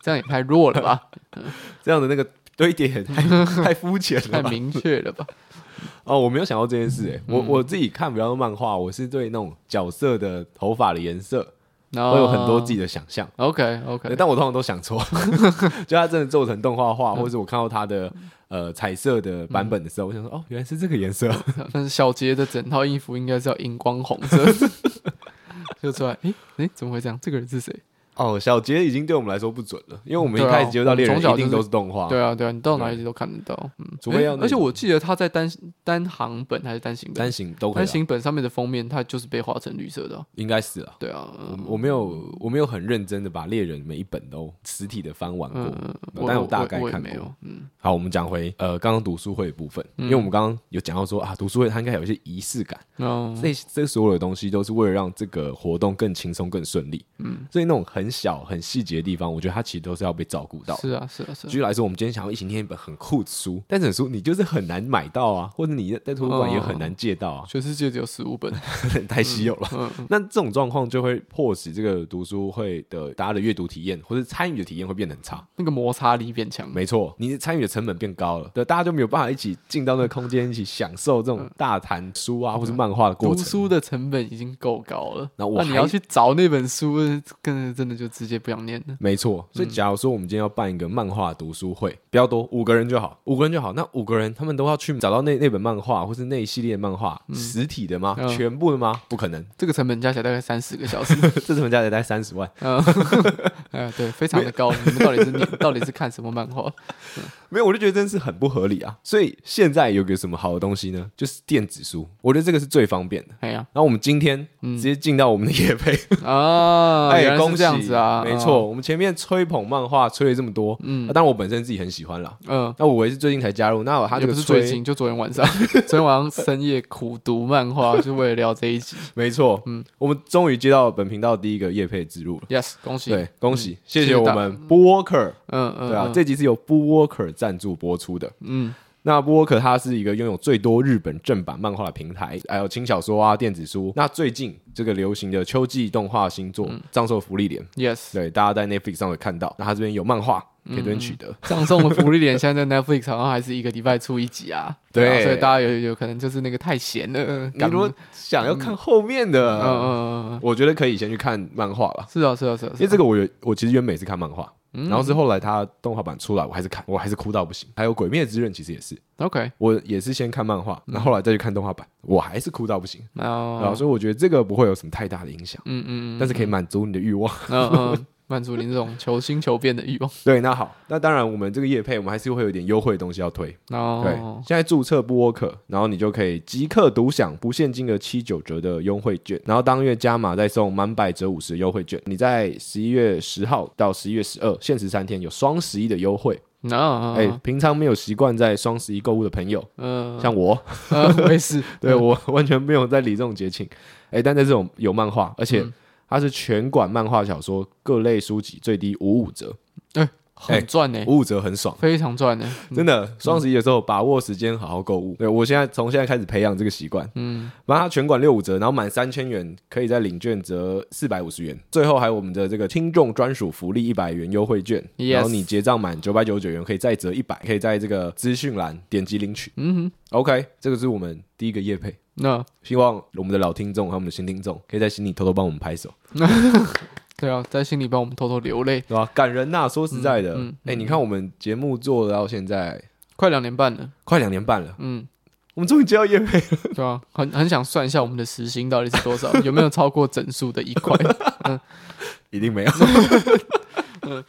[SPEAKER 1] 这样也太弱了 吧？
[SPEAKER 2] 这样的那个堆叠也太 太肤浅
[SPEAKER 1] 太嗯
[SPEAKER 2] 了吧？
[SPEAKER 1] 明确了吧？
[SPEAKER 2] 哦，我没有想到这件事、欸，我我自己看比较多漫画，我是对那种角色的头发的颜色，
[SPEAKER 1] 然后
[SPEAKER 2] 我有很多自己的想象。
[SPEAKER 1] OK OK，
[SPEAKER 2] 但我通常都 想错，就他真的做成动画
[SPEAKER 1] 嗯
[SPEAKER 2] 化，或者我看到他的呃彩色的版本的时候，我想说哦，原来是这个 颜色。
[SPEAKER 1] 但是小杰的整套衣服应该是要荧光红色，就出来， 诶、诶、怎么会这样？这个人是谁？
[SPEAKER 2] 哦，小杰已经对我们来说不准了，因为我们一
[SPEAKER 1] 对啊
[SPEAKER 2] 开始接触到猎
[SPEAKER 1] 我
[SPEAKER 2] 人
[SPEAKER 1] 们从
[SPEAKER 2] 一
[SPEAKER 1] 小
[SPEAKER 2] 定
[SPEAKER 1] 就是
[SPEAKER 2] 都是动画，
[SPEAKER 1] 对啊，对啊，你到哪里都看得到，嗯，
[SPEAKER 2] 除非要
[SPEAKER 1] 诶
[SPEAKER 2] 那
[SPEAKER 1] 而且
[SPEAKER 2] 种
[SPEAKER 1] 我记得他在单单行本还是单行本，
[SPEAKER 2] 单行都可以
[SPEAKER 1] 单
[SPEAKER 2] 啊，
[SPEAKER 1] 行本上面的封面，它就是被画成绿色的啊、
[SPEAKER 2] 应该是了。
[SPEAKER 1] 对啊，嗯
[SPEAKER 2] 我我没有我没有很认真的把猎人每一本都实体的翻完过，
[SPEAKER 1] 嗯，我
[SPEAKER 2] 但
[SPEAKER 1] 我
[SPEAKER 2] 大概
[SPEAKER 1] 我也
[SPEAKER 2] 看
[SPEAKER 1] 没
[SPEAKER 2] 过
[SPEAKER 1] 有。，嗯，
[SPEAKER 2] 好，我们讲回呃刚刚读书会的部分，因为我们刚刚有讲到说啊，读书会它应该有一些仪式感，
[SPEAKER 1] 然后
[SPEAKER 2] 这这所有的东西都是为了让这个活动更轻松、更顺利。嗯，所以那种很小、很细节的地方，我觉得它其实都是要被照顾到的。
[SPEAKER 1] 是啊，是啊，是啊
[SPEAKER 2] 举例来说，我们今天想要一起念一本很酷的书，但这本书你就是很难买到啊，或者你在图书馆也很
[SPEAKER 1] 哦
[SPEAKER 2] 难借到啊，
[SPEAKER 1] 全世界只有十五本，
[SPEAKER 2] 太稀有了。
[SPEAKER 1] 嗯，
[SPEAKER 2] 那这种状况就会迫使这个读书会的大家的阅读体验或者参与的体验会变得很差。
[SPEAKER 1] 那个摩擦力变强，
[SPEAKER 2] 没错，你的参与的成本变高了，对，大家就没有办法一起进到那个空间，一起享受这种大谈书啊，或是漫画的过
[SPEAKER 1] 读
[SPEAKER 2] 程。
[SPEAKER 1] 书的成本已经够高了，
[SPEAKER 2] 那我
[SPEAKER 1] 你
[SPEAKER 2] 还
[SPEAKER 1] 要去找那本书，跟真的就直接不想念了。
[SPEAKER 2] 没错，
[SPEAKER 1] 嗯
[SPEAKER 2] 所以假如说我们今天要办一个漫画读书会，不要多，五个人就好，五个人就好。那五个人他们都要去找到那那本漫画或是那一系列的漫画，实体的吗？
[SPEAKER 1] 嗯
[SPEAKER 2] 全部的吗？不可能，
[SPEAKER 1] 这个成本加起来大概三十个小时，
[SPEAKER 2] 这成本价得大概三十万，
[SPEAKER 1] 嗯， 哎，对，非常的高。你们到底是 你到底是看什么漫画？
[SPEAKER 2] 没有，我就觉得真是很不合理啊。所以现在有个什么好的东西呢？就是电子书，我觉得这个是最方便的。
[SPEAKER 1] 哎呀
[SPEAKER 2] 然后我们今天直接进到我们的页配，
[SPEAKER 1] 嗯
[SPEAKER 2] 哎
[SPEAKER 1] 啊，原来
[SPEAKER 2] 恭
[SPEAKER 1] 是
[SPEAKER 2] 喜
[SPEAKER 1] 这样子啊，
[SPEAKER 2] 没错，我们前面吹捧漫画吹了这么多，嗯，当然我本身自己很喜欢啦。
[SPEAKER 1] 嗯，嗯。
[SPEAKER 2] 那我也是最近才加入，那他
[SPEAKER 1] 也
[SPEAKER 2] 这
[SPEAKER 1] 不
[SPEAKER 2] 个
[SPEAKER 1] 是最
[SPEAKER 2] 吹
[SPEAKER 1] 近，就昨天晚上， 昨天晚上深夜苦读漫画，就为了聊这一集。
[SPEAKER 2] 没错，嗯，我们终于接到本频道第一个业配植入了，
[SPEAKER 1] Yes，恭喜。
[SPEAKER 2] 对，恭喜，谢
[SPEAKER 1] 谢
[SPEAKER 2] 谢
[SPEAKER 1] 谢
[SPEAKER 2] 我
[SPEAKER 1] 大
[SPEAKER 2] 们 Boo Walker，
[SPEAKER 1] 嗯嗯，
[SPEAKER 2] 对啊
[SPEAKER 1] 嗯，
[SPEAKER 2] 这集是由 Boo Walker 赞助播出的，
[SPEAKER 1] 嗯，
[SPEAKER 2] 那 Boo Walker 它是一个拥有最多日本正版漫画的平台，还有轻小说啊、电子书。那最近这个流行的秋季动画新作
[SPEAKER 1] 嗯
[SPEAKER 2] 《藏兽福利莲》，
[SPEAKER 1] Yes，
[SPEAKER 2] 对，大家在 Netflix 上有看到，那它这边有漫画可以这边取得，
[SPEAKER 1] 上送的福利点现在在 Netflix 好像还是一个礼拜出一集啊。
[SPEAKER 2] 对嗯
[SPEAKER 1] 啊所以大家有有可能就是那个太闲了，
[SPEAKER 2] 你
[SPEAKER 1] 赶
[SPEAKER 2] 如果想要看后面的，
[SPEAKER 1] 嗯嗯嗯，嗯
[SPEAKER 2] 我觉得可以先去看漫画吧，
[SPEAKER 1] 是啊是啊是啊，嗯
[SPEAKER 2] 因为这个我有，我其实原本是看漫画，然后是后来它动画版出来，我还是看，我还是哭到不行。还有《鬼灭之刃》其实也是，
[SPEAKER 1] 个 OK，
[SPEAKER 2] 我也是先看漫画，
[SPEAKER 1] 嗯
[SPEAKER 2] 然后后来再去看动画版，我还是哭到不行。
[SPEAKER 1] 然
[SPEAKER 2] 然后
[SPEAKER 1] 后
[SPEAKER 2] 所以我觉得这个不会有什么太大的影响，
[SPEAKER 1] 嗯哦嗯嗯，
[SPEAKER 2] 但是可以满足你的欲望。
[SPEAKER 1] 嗯嗯，满足您这种求新求变的欲望。
[SPEAKER 2] 对，那
[SPEAKER 1] 嗯
[SPEAKER 2] 好，那当然我们这个业配，我们还是会有点优惠的东西要推。
[SPEAKER 1] 然
[SPEAKER 2] 对，
[SPEAKER 1] 后
[SPEAKER 2] 现在注册布沃克，然后你就可以即刻独享不限金额七九折的优惠券，然后当月加码再送满百折五十优惠券。你在十一月十号到十一月十二限时三天有双十一的优惠。
[SPEAKER 1] 然后
[SPEAKER 2] 哎、平常没有习惯在双十一购物的朋友，
[SPEAKER 1] 嗯，
[SPEAKER 2] 像我，
[SPEAKER 1] 呃我也 是，
[SPEAKER 2] 对我完全没有在理这种节庆。哎、但在这种有漫画，而且
[SPEAKER 1] 嗯
[SPEAKER 2] 它是全馆漫画小说各类书籍最低五五折，哎
[SPEAKER 1] 很赚呢，
[SPEAKER 2] 五五折很爽。
[SPEAKER 1] 非常赚呢。
[SPEAKER 2] 真的，
[SPEAKER 1] 嗯
[SPEAKER 2] 双十一的时候把握时间好好购物。对我现在从现在开始培养这个习惯，嗯，把它全馆六五折，然后满三千元可以在领券折四百五十元，最后还有我们的这个听众专属福利一百元优惠券
[SPEAKER 1] Yes
[SPEAKER 2] 然后你结账满九百九十九元可以再折一百，可以在这个资讯栏点击领取。
[SPEAKER 1] 嗯哼，
[SPEAKER 2] OK，这个是我们第一个业配。
[SPEAKER 1] 那
[SPEAKER 2] 希望我们的老听众和我们的新听众可以在心里偷偷帮我们拍手，
[SPEAKER 1] 对啊，在心里帮我们偷偷流泪，
[SPEAKER 2] 对吧？感人呐、说实在的，哎、
[SPEAKER 1] 嗯嗯
[SPEAKER 2] 你看我们节目做到现在
[SPEAKER 1] 快两年半了，
[SPEAKER 2] 快两年半了，
[SPEAKER 1] 嗯，
[SPEAKER 2] 我们终于接到业 配了
[SPEAKER 1] 对啊，很很想算一下我们的时薪到底是多少，有没有超过整数的一块？
[SPEAKER 2] 一定没有。
[SPEAKER 1] 嗯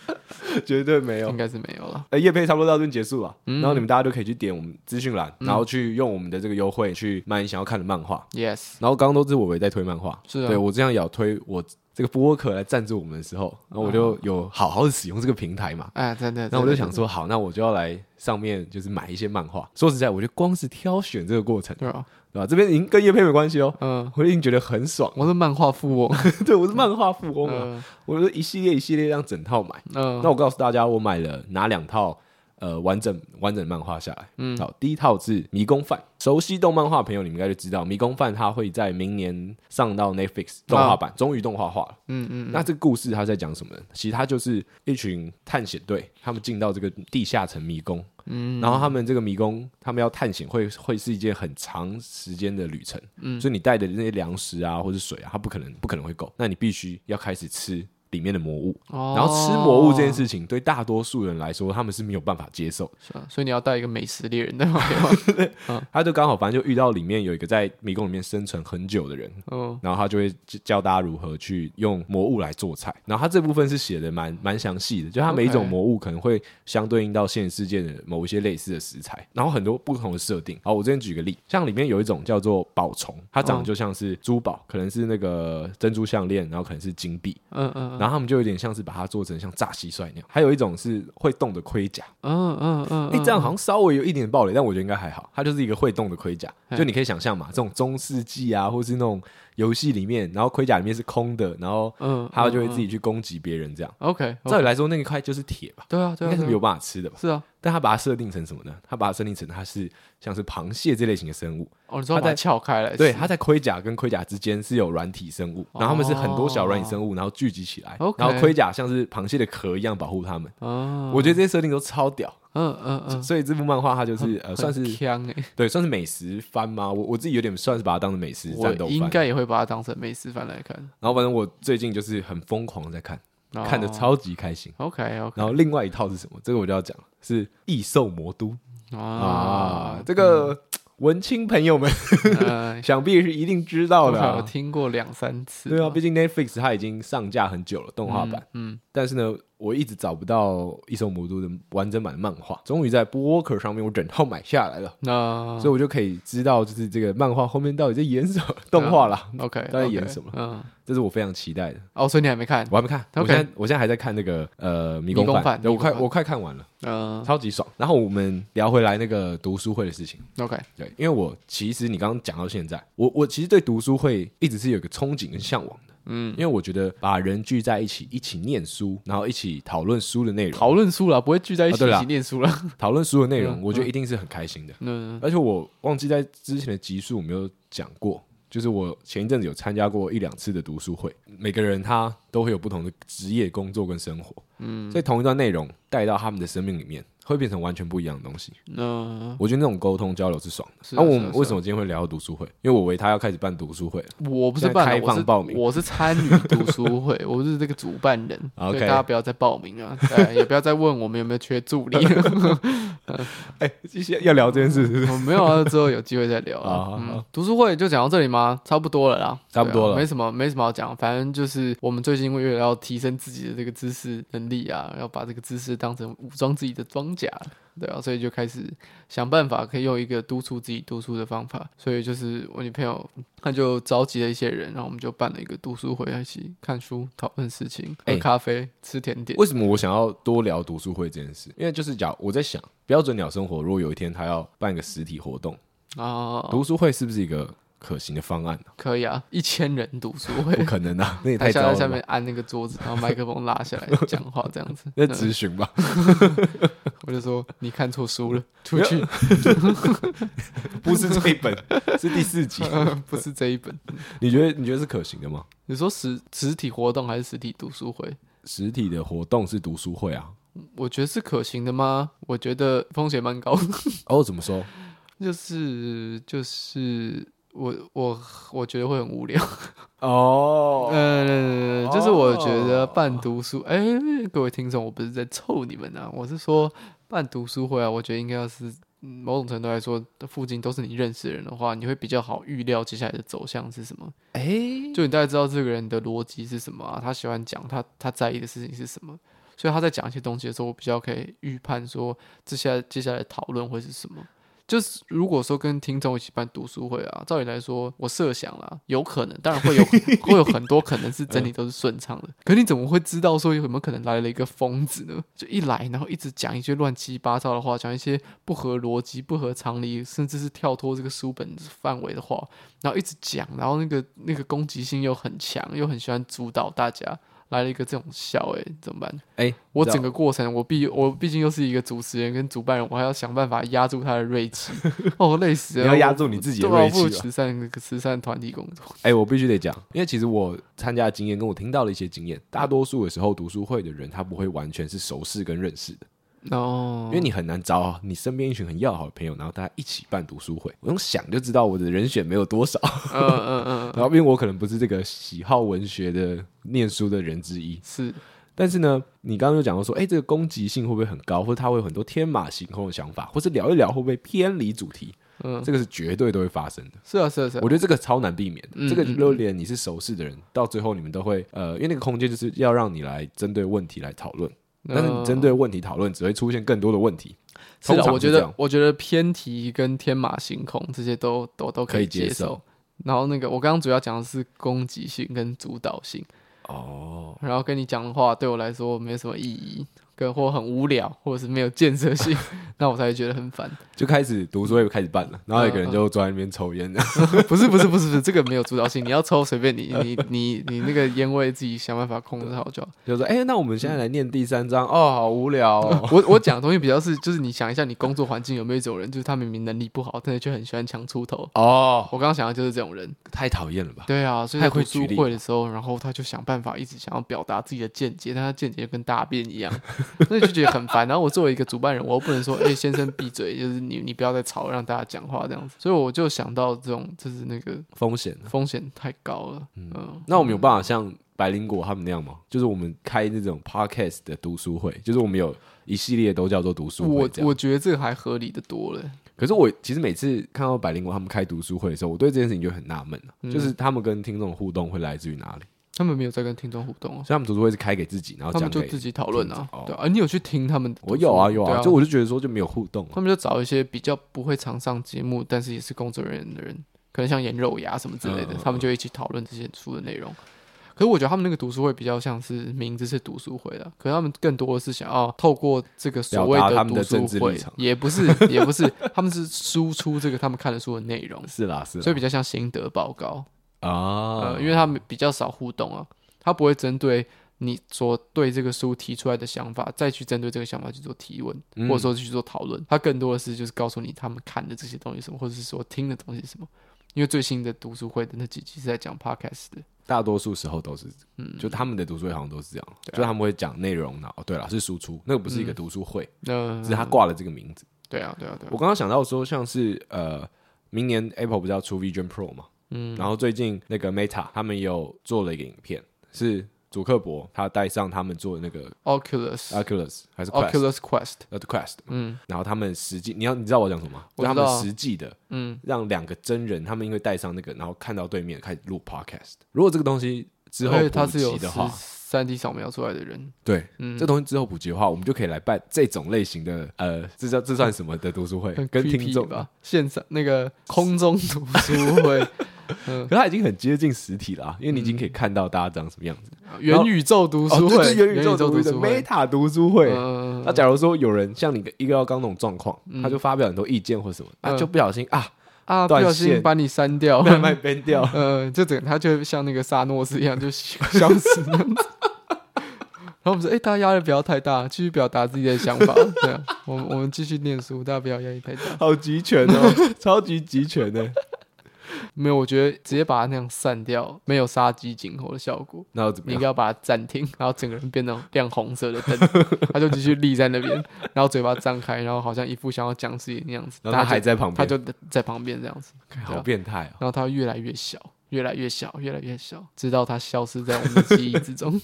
[SPEAKER 2] 绝对没有
[SPEAKER 1] 应。该是没有了。
[SPEAKER 2] 呃，夜配差不多到这边结束了，
[SPEAKER 1] 嗯
[SPEAKER 2] 然后你们大家都可以去点我们资讯栏，然后去用我们的这个优惠去买你想要看的漫画。
[SPEAKER 1] Yes，
[SPEAKER 2] 然后刚刚都是伟伟在推漫画，
[SPEAKER 1] 是啊
[SPEAKER 2] 对我这样也要推我这个播客来赞助我们的时候，然后我
[SPEAKER 1] 啊
[SPEAKER 2] 就有好好的使用这个平台嘛。
[SPEAKER 1] 哎，真的。
[SPEAKER 2] 然后我就
[SPEAKER 1] 真
[SPEAKER 2] 想
[SPEAKER 1] 的，
[SPEAKER 2] 说，好，那我就要来上面就是买一些漫画。说实在，我觉得光是挑选这个过程，啊
[SPEAKER 1] 对吧？啊
[SPEAKER 2] 对吧？这边已经跟叶配没关系哦，
[SPEAKER 1] 嗯，
[SPEAKER 2] 我已经觉得很爽。
[SPEAKER 1] 我是漫画富翁。
[SPEAKER 2] 对我是漫画富翁啊，
[SPEAKER 1] 嗯
[SPEAKER 2] 我就一系列一系列这样整套买。
[SPEAKER 1] 嗯
[SPEAKER 2] 那我告诉大家，我买了哪两套呃完整完整漫画下来。嗯，好，第一套是《迷宫饭》，熟悉动漫画的朋友你们应该就知道，《迷宫饭》它会在明年上到
[SPEAKER 1] 啊
[SPEAKER 2] Netflix 动画版，终于动画化了。
[SPEAKER 1] 嗯嗯，
[SPEAKER 2] 那这个故事它在讲什么呢？其实它就是一群探险队，他们进到这个地下城迷宫，嗯，然后他们这个迷宫，他们要探险会会是一件很长时间的旅程，嗯，所以你带的那些粮食啊或者水啊，它不可能不可能会够，那你必须要开始吃里面的魔物，
[SPEAKER 1] 哦
[SPEAKER 2] 然后吃魔物这件，事情对大多数人来说，他们是没有办法接受的。
[SPEAKER 1] 是啊所以你要带一个美食猎人在旁边。
[SPEAKER 2] 他就刚好反正就遇到里面有一个在迷宫里面生存很久的人，
[SPEAKER 1] 嗯
[SPEAKER 2] 然后他就会教教大家如何去用魔物来做菜。然后他这部分是写的蛮蛮详细的，就他每一
[SPEAKER 1] OK
[SPEAKER 2] 种魔物可能会相对应到现实世界的某一些类似的食材，然后很多不同的设定。好，我这边举个例，像里面有一种叫做宝虫，它
[SPEAKER 1] 嗯
[SPEAKER 2] 长得就像是珠宝，可能是那个珍珠项链，然后可能是金币，
[SPEAKER 1] 嗯嗯
[SPEAKER 2] 然后他们就有点像是把它做成像炸蟋蟀那样。还有一种是会动的盔甲，
[SPEAKER 1] 嗯嗯嗯
[SPEAKER 2] 哎、
[SPEAKER 1] 嗯，
[SPEAKER 2] 这样好像稍微有一点暴雷，但我觉得应该还好。它就是一个会动的盔甲，就你可以想象嘛，这种中世纪啊，或是那种游戏里面，然后盔甲里面是空的，然后
[SPEAKER 1] 嗯
[SPEAKER 2] 它就会自己去攻击别人这样。
[SPEAKER 1] OK。哦
[SPEAKER 2] 照理来说，那一块就是铁吧，
[SPEAKER 1] 对啊
[SPEAKER 2] 应
[SPEAKER 1] 对啊
[SPEAKER 2] 该是
[SPEAKER 1] 对啊，
[SPEAKER 2] 没有办法吃的吧？
[SPEAKER 1] 是啊。
[SPEAKER 2] 但它把它设定成什么呢？它把它设定成它是像是螃蟹这类型的生物，
[SPEAKER 1] 哦，你说
[SPEAKER 2] 它
[SPEAKER 1] 把它
[SPEAKER 2] 在
[SPEAKER 1] 撬开来吃，
[SPEAKER 2] 对，它在盔甲跟盔甲之间是有软体生物，然后它们是很多小软体生物，然后聚集起来，
[SPEAKER 1] 哦 OK
[SPEAKER 2] 然后盔甲像是螃蟹的壳一样保护它们。
[SPEAKER 1] 啊，
[SPEAKER 2] 我觉得这些设定都超屌，
[SPEAKER 1] 嗯嗯嗯，
[SPEAKER 2] 所以这部漫画它就是呃算是
[SPEAKER 1] 香哎，
[SPEAKER 2] 对，算是美食番吗？我我自己有点算是把它当成美食
[SPEAKER 1] 我
[SPEAKER 2] 战斗番。
[SPEAKER 1] 应该也会把它当成美食饭来看，
[SPEAKER 2] 然后反正我最近就是很疯狂地在看，
[SPEAKER 1] 哦
[SPEAKER 2] 看的超级开心。
[SPEAKER 1] OK OK
[SPEAKER 2] 然后另外一套是什么？这个我就要讲了，是《异兽魔都》
[SPEAKER 1] 哦
[SPEAKER 2] 啊
[SPEAKER 1] 啊，，
[SPEAKER 2] 这个、文青朋友们
[SPEAKER 1] 呃
[SPEAKER 2] 想必是一定知道的、
[SPEAKER 1] 我
[SPEAKER 2] 啊。
[SPEAKER 1] 听过两三次，
[SPEAKER 2] 对啊，，毕竟 Netflix 它已经上架很久了动画版，
[SPEAKER 1] 嗯，
[SPEAKER 2] 但是呢，我一直找不到《异兽魔都》的完整版的漫画，终于在 Booker 上面我整套买下来了。
[SPEAKER 1] 那
[SPEAKER 2] 所以我就可以知道，就是这个漫画后面到底在演什么动画啦。
[SPEAKER 1] OK，
[SPEAKER 2] 到底演什么
[SPEAKER 1] 嗯，
[SPEAKER 2] 这是我非常期待的。
[SPEAKER 1] 哦，所以你还没看，
[SPEAKER 2] 我还没看，我
[SPEAKER 1] OK
[SPEAKER 2] 现在我现在还在看那个呃《迷宫
[SPEAKER 1] 迷宫
[SPEAKER 2] 饭
[SPEAKER 1] 饭》
[SPEAKER 2] 对，我快
[SPEAKER 1] 迷宫饭
[SPEAKER 2] 我快看完了，
[SPEAKER 1] 嗯
[SPEAKER 2] 超级爽。然后我们聊回来那个读书会的事情，
[SPEAKER 1] ，OK，
[SPEAKER 2] 对，因为我其实你刚刚讲到现在，我我其实对读书会一直是有一个憧憬跟向往的，嗯，因为我觉得把人聚在一起，一起念书，然后一起讨论书的内容，
[SPEAKER 1] 讨论书了，不会聚在一
[SPEAKER 2] 啊
[SPEAKER 1] 起
[SPEAKER 2] 对
[SPEAKER 1] 一
[SPEAKER 2] 啦
[SPEAKER 1] 起念书了，
[SPEAKER 2] 讨论书的内容，我觉得一定是很开心的。
[SPEAKER 1] 嗯，
[SPEAKER 2] 而且我忘记在之前的集数有没有讲过，就是我前一阵子有参加过一两次的读书会，每个人他都会有不同的职业、工作跟生活，嗯，所以同一段内容带到他们的生命里面，会变成完全不一样的东西。
[SPEAKER 1] 那
[SPEAKER 2] 我觉得那种沟通交流是爽的。
[SPEAKER 1] 是
[SPEAKER 2] 那、
[SPEAKER 1] 啊
[SPEAKER 2] 啊我
[SPEAKER 1] 是啊
[SPEAKER 2] 们
[SPEAKER 1] 是啊
[SPEAKER 2] 为什么今天会聊到读书会？因为我为他要开始办读书会了。
[SPEAKER 1] 我不是
[SPEAKER 2] 现在
[SPEAKER 1] 办
[SPEAKER 2] 开
[SPEAKER 1] 的，我
[SPEAKER 2] 放
[SPEAKER 1] 是
[SPEAKER 2] 报名
[SPEAKER 1] 我是参 与读书会，我是这个主办人，所
[SPEAKER 2] OK
[SPEAKER 1] 以大家不要再报名啊，对，也不要再问我们有没有缺助 理，
[SPEAKER 2] 哎、这些要聊这件事是不是
[SPEAKER 1] 我没有啊，之后有机会再聊
[SPEAKER 2] 好
[SPEAKER 1] 啊
[SPEAKER 2] 好。
[SPEAKER 1] 嗯，读书会就讲到这里吗？差不多了啦，
[SPEAKER 2] 差不多了
[SPEAKER 1] 对啊没什么，没什么好讲。反正就是我们最近为了要提升自己的这个知识能力啊，要把这个知识当成武装自己的装甲，对啊，所以就开始想办法可以用一个督促自己读书的方法。所以就是我女朋友，她就召集了一些人，然后我们就办了一个读书会，一起看书、讨论事情、喝
[SPEAKER 2] 哎
[SPEAKER 1] 咖啡、吃甜点。
[SPEAKER 2] 为什么我想要多聊读书会这件事？因为就是讲我在想，标准鸟生活如果有一天他要办一个实体活动，
[SPEAKER 1] 啊，
[SPEAKER 2] 读书会是不是一个可行的方案呢、
[SPEAKER 1] 可以啊，一千人读书会
[SPEAKER 2] 不。可能啊， 那也
[SPEAKER 1] 他
[SPEAKER 2] 太
[SPEAKER 1] 下
[SPEAKER 2] 糟
[SPEAKER 1] 在
[SPEAKER 2] 了
[SPEAKER 1] 下
[SPEAKER 2] 吧
[SPEAKER 1] 面。按那个桌子，然后麦克风拉 下来讲话这样子。
[SPEAKER 2] 那
[SPEAKER 1] 嗯
[SPEAKER 2] 咨询吧，
[SPEAKER 1] 我就说你看错书 了， 出去，
[SPEAKER 2] 不是这一本， 是第四 集。
[SPEAKER 1] 不是这一本。
[SPEAKER 2] 你觉得你觉得是可行的吗？
[SPEAKER 1] 你说实实体活动还是实体读书会？
[SPEAKER 2] 实体的活动是读书会啊。
[SPEAKER 1] 我觉得是可行的吗？我觉得风险蛮高的，
[SPEAKER 2] 哦，怎么说？
[SPEAKER 1] 就是就是。我我我觉得会很无聊，呃
[SPEAKER 2] 哦，
[SPEAKER 1] 嗯，就是我觉得办读书，哎、各位听众，我不是在臭你们啊，我是说办读书会啊，我觉得应该要是嗯某种程度来说，附近都是你认识的人的话，你会比较好预料接下来的走向是什么。
[SPEAKER 2] 哎、
[SPEAKER 1] 就你大概知道这个人的逻辑是什么啊，他喜欢讲他他在意的事情是什么，所以他在讲一些东西的时候，我比较可以预判说这下接下来讨论会是什么。就是如果说跟听众一起办读书会啊，照理来说，我设想啦，有可能，当然会有会有很多可能是整理都是顺畅的。 可你怎么会知道说有没有可能来了一个疯子呢？就一来，然后一直讲一些乱七八糟的话，讲一些不合逻辑、不合常理，甚至是跳脱这个书本范围的话，然后一直讲，然后那个那个攻击性又很强，又很喜欢主导大家。来了一个这种笑、欸，哎，怎么办？
[SPEAKER 2] 哎、
[SPEAKER 1] 我
[SPEAKER 2] 你知道
[SPEAKER 1] 整个过程，我毕我毕竟又是一个主持人跟主办人，我还要想办法压住他的锐 气，哦，累死了！
[SPEAKER 2] 你要压
[SPEAKER 1] 我
[SPEAKER 2] 住你自己的
[SPEAKER 1] 对啊
[SPEAKER 2] 锐气
[SPEAKER 1] 我不
[SPEAKER 2] 吧
[SPEAKER 1] 慈善慈善团体工 作，
[SPEAKER 2] 哎、我必须得讲，因为其实我参加的经验跟我听到的一些经验，大多数的时候读书会的人他不会完全是熟识跟认识的，
[SPEAKER 1] 哦
[SPEAKER 2] 因，为你很难找你身边一群很要好的朋友，然后大家一起办读书会。我用想就知道我的人选没有多少，
[SPEAKER 1] 嗯嗯嗯，
[SPEAKER 2] 然后因为我可能不是这个喜好文学的念书的人之一，
[SPEAKER 1] 是
[SPEAKER 2] 但是呢，你刚刚就讲到说，哎、这个攻击性会不会很高，或者他会有很多天马行空的想法，或是聊一聊会不会偏离主题，
[SPEAKER 1] 嗯
[SPEAKER 2] 这个是绝对都会发生的。
[SPEAKER 1] 是啊是啊是啊，
[SPEAKER 2] 我觉得这个超难避免的，
[SPEAKER 1] 嗯
[SPEAKER 2] 这个就连你是熟识的人，到最后你们都会呃，因为那个空间就是要让你来针对问题来讨论，但是你针对问题讨论只会出现更多的问题，
[SPEAKER 1] 嗯是
[SPEAKER 2] 通
[SPEAKER 1] 的，
[SPEAKER 2] 常
[SPEAKER 1] 我觉
[SPEAKER 2] 这
[SPEAKER 1] 得
[SPEAKER 2] 样
[SPEAKER 1] 我觉得偏题跟天马行空这些都都都
[SPEAKER 2] 可以接
[SPEAKER 1] 接
[SPEAKER 2] 受。
[SPEAKER 1] 然后那个我刚刚主要讲的是攻击性跟主导性，
[SPEAKER 2] 哦，
[SPEAKER 1] 然后跟你讲的话对我来说没什么意义，跟或很无聊，或者是没有建设性， 那我才会觉得很烦。
[SPEAKER 2] 就开始读书会开始办了，然后有个
[SPEAKER 1] 嗯
[SPEAKER 2] 人就坐在那边抽烟，
[SPEAKER 1] 不是不是不是不是，这个没有主导性，你要抽随便你，你你你那个烟味自己想办法控制好就好。
[SPEAKER 2] 就说哎、那我们
[SPEAKER 1] 嗯
[SPEAKER 2] 现在来念第三章哦，好无聊、 哦，
[SPEAKER 1] 我我讲的东西比较是，就是你想一下，你工作环境有没有一种人，就是他明明能力不好，但是却很喜欢强出头。
[SPEAKER 2] 哦，
[SPEAKER 1] 我刚刚想的就是这种人，
[SPEAKER 2] 太讨厌了吧？
[SPEAKER 1] 对啊，所以
[SPEAKER 2] 太
[SPEAKER 1] 在
[SPEAKER 2] 会
[SPEAKER 1] 读
[SPEAKER 2] 举
[SPEAKER 1] 书
[SPEAKER 2] 例
[SPEAKER 1] 会的时候，然后他就想办法一直想要表达自己的见解，但他见解就跟大便一样， 那就觉得很烦。然后我作为一个主办人，我又不能说，哎、 先生闭嘴，就是你你不要再吵，让大家讲话这样子。所以我就想到这种，就是那个
[SPEAKER 2] 风险。
[SPEAKER 1] 风险太高了，嗯。
[SPEAKER 2] 那我们有办法像白灵果他们那样吗？就是我们开那种 podcast 的读书会，就是我们有一系列都叫做读书会
[SPEAKER 1] 我
[SPEAKER 2] 这样。
[SPEAKER 1] 我觉得这个还合理的多了，
[SPEAKER 2] 可是我其实每次看到百灵果他们开读书会的时候，我对这件事情就很纳闷啊
[SPEAKER 1] 嗯
[SPEAKER 2] 就是他们跟听众互动会来自于哪里？
[SPEAKER 1] 他们没有在跟听众互动哦、
[SPEAKER 2] 所以他们读书会是开给自己，然后
[SPEAKER 1] 他
[SPEAKER 2] 讲
[SPEAKER 1] 们就
[SPEAKER 2] 给
[SPEAKER 1] 自己讨论啊
[SPEAKER 2] 听众哦，
[SPEAKER 1] 对啊，啊你有去听他们的读书？
[SPEAKER 2] 我有啊有
[SPEAKER 1] 对
[SPEAKER 2] 啊，
[SPEAKER 1] 啊，
[SPEAKER 2] 就我就觉得说就没有互动啊
[SPEAKER 1] 他。们就找一些比较不会常上节目，但是也是工作人员的人，可能像演肉牙什么之类的，
[SPEAKER 2] 嗯嗯嗯
[SPEAKER 1] 他们就一起讨论这些书的内容。可是我觉得他们那个读书会比较像是名字是读书会啦，可是他们更多的是想要透过这个所谓
[SPEAKER 2] 表达他们的
[SPEAKER 1] 读
[SPEAKER 2] 政
[SPEAKER 1] 书
[SPEAKER 2] 治立
[SPEAKER 1] 会
[SPEAKER 2] 场，
[SPEAKER 1] 也不是也不是，他们是输出这个他们看的书的内容，
[SPEAKER 2] 是啊啦是
[SPEAKER 1] 所
[SPEAKER 2] 啦
[SPEAKER 1] 以比较像心得报告。
[SPEAKER 2] 啊
[SPEAKER 1] 呃，因为他们比较少互动啊，他不会针对你所对这个书提出来的想法，再去针对这个想法去做提问，
[SPEAKER 2] 嗯
[SPEAKER 1] 或者说去做讨论。他更多的是就是告诉你他们看的这些东西是什么，或者是说听的东西是什么。因为最新的读书会的那几期是在讲 podcast 的，
[SPEAKER 2] 大多数时候都是，
[SPEAKER 1] 嗯
[SPEAKER 2] 就他们的读书会好像都是这样，
[SPEAKER 1] 啊
[SPEAKER 2] 就他们会讲内容呢。哦，对了，是输出，那个不是一个读书会，
[SPEAKER 1] 那、
[SPEAKER 2] 只是他挂了这个名字。
[SPEAKER 1] 对啊，对啊，对啊
[SPEAKER 2] 我，刚刚想到说，像是呃，明年 Apple 不是要出 Vision Pro 嘛，嗯，然后最近那个 Meta 他们有做了一个影片，是祖克伯他戴上他们做的那个
[SPEAKER 1] Oculus、
[SPEAKER 2] 啊 Oculus 还是 Quest。
[SPEAKER 1] Oculus Quest，
[SPEAKER 2] 呃 Quest，嗯，然后他们实际，你要你知道我讲什么吗？
[SPEAKER 1] 我知道
[SPEAKER 2] 就
[SPEAKER 1] 啊
[SPEAKER 2] 他们实际的，
[SPEAKER 1] 嗯，
[SPEAKER 2] 让两个真人，他们因为戴上那个，然后看到对面开始录 podcast。如果这个东西之后
[SPEAKER 1] 而且他
[SPEAKER 2] 普
[SPEAKER 1] 是有
[SPEAKER 2] 及
[SPEAKER 1] 十
[SPEAKER 2] 的话，
[SPEAKER 1] 三 D 扫描出来的人，
[SPEAKER 2] 对，
[SPEAKER 1] 嗯
[SPEAKER 2] 这东西之后普及的话，我们就可以来办这种类型的，呃，这叫这算什么的读书会
[SPEAKER 1] 很？
[SPEAKER 2] 跟
[SPEAKER 1] creepy
[SPEAKER 2] 听众
[SPEAKER 1] 吧，线上那个空中读书会，
[SPEAKER 2] 可它已经很接近实体了、啊，因为你已经
[SPEAKER 1] 嗯
[SPEAKER 2] 可以看到大家长什么样子。
[SPEAKER 1] 元宇宙读
[SPEAKER 2] 哦
[SPEAKER 1] 书
[SPEAKER 2] 对
[SPEAKER 1] 会，
[SPEAKER 2] 对元宇宙读书
[SPEAKER 1] 书
[SPEAKER 2] 会
[SPEAKER 1] 会，
[SPEAKER 2] ，Meta 读书会。
[SPEAKER 1] 嗯
[SPEAKER 2] 那假如说有人像你一个要刚那种状况，他就发表很多意见或什么，啊，
[SPEAKER 1] 嗯
[SPEAKER 2] 就不小心 啊，
[SPEAKER 1] 啊，不
[SPEAKER 2] 断
[SPEAKER 1] 小
[SPEAKER 2] 线
[SPEAKER 1] 心把你删掉，。
[SPEAKER 2] 慢慢编掉
[SPEAKER 1] 呃，就整个他就像那个萨诺斯一样，就 消失那样子。然后我们说，哎、大家压力不要太大，继续表达自己的想法。这样，我们我们继续念书，大家不要压力太大。
[SPEAKER 2] 好集权 哦，超级集权的。
[SPEAKER 1] 没有，我觉得直接把它那样散掉，没有杀鸡儆猴的效果。
[SPEAKER 2] 那又怎么
[SPEAKER 1] 你应
[SPEAKER 2] 样
[SPEAKER 1] 该？要把它暂停，然后整个人变成亮红色的灯，他就继续立在那边，然后嘴巴张开，然后好像一副想要讲事情的样子。
[SPEAKER 2] 然后他还
[SPEAKER 1] 就
[SPEAKER 2] 在旁
[SPEAKER 1] 他
[SPEAKER 2] 边，
[SPEAKER 1] 就在旁边这样子。啊
[SPEAKER 2] 好变态哦。
[SPEAKER 1] 然后它越来越小，越来越小，越来越小，直到它消失在我们的记忆之 中。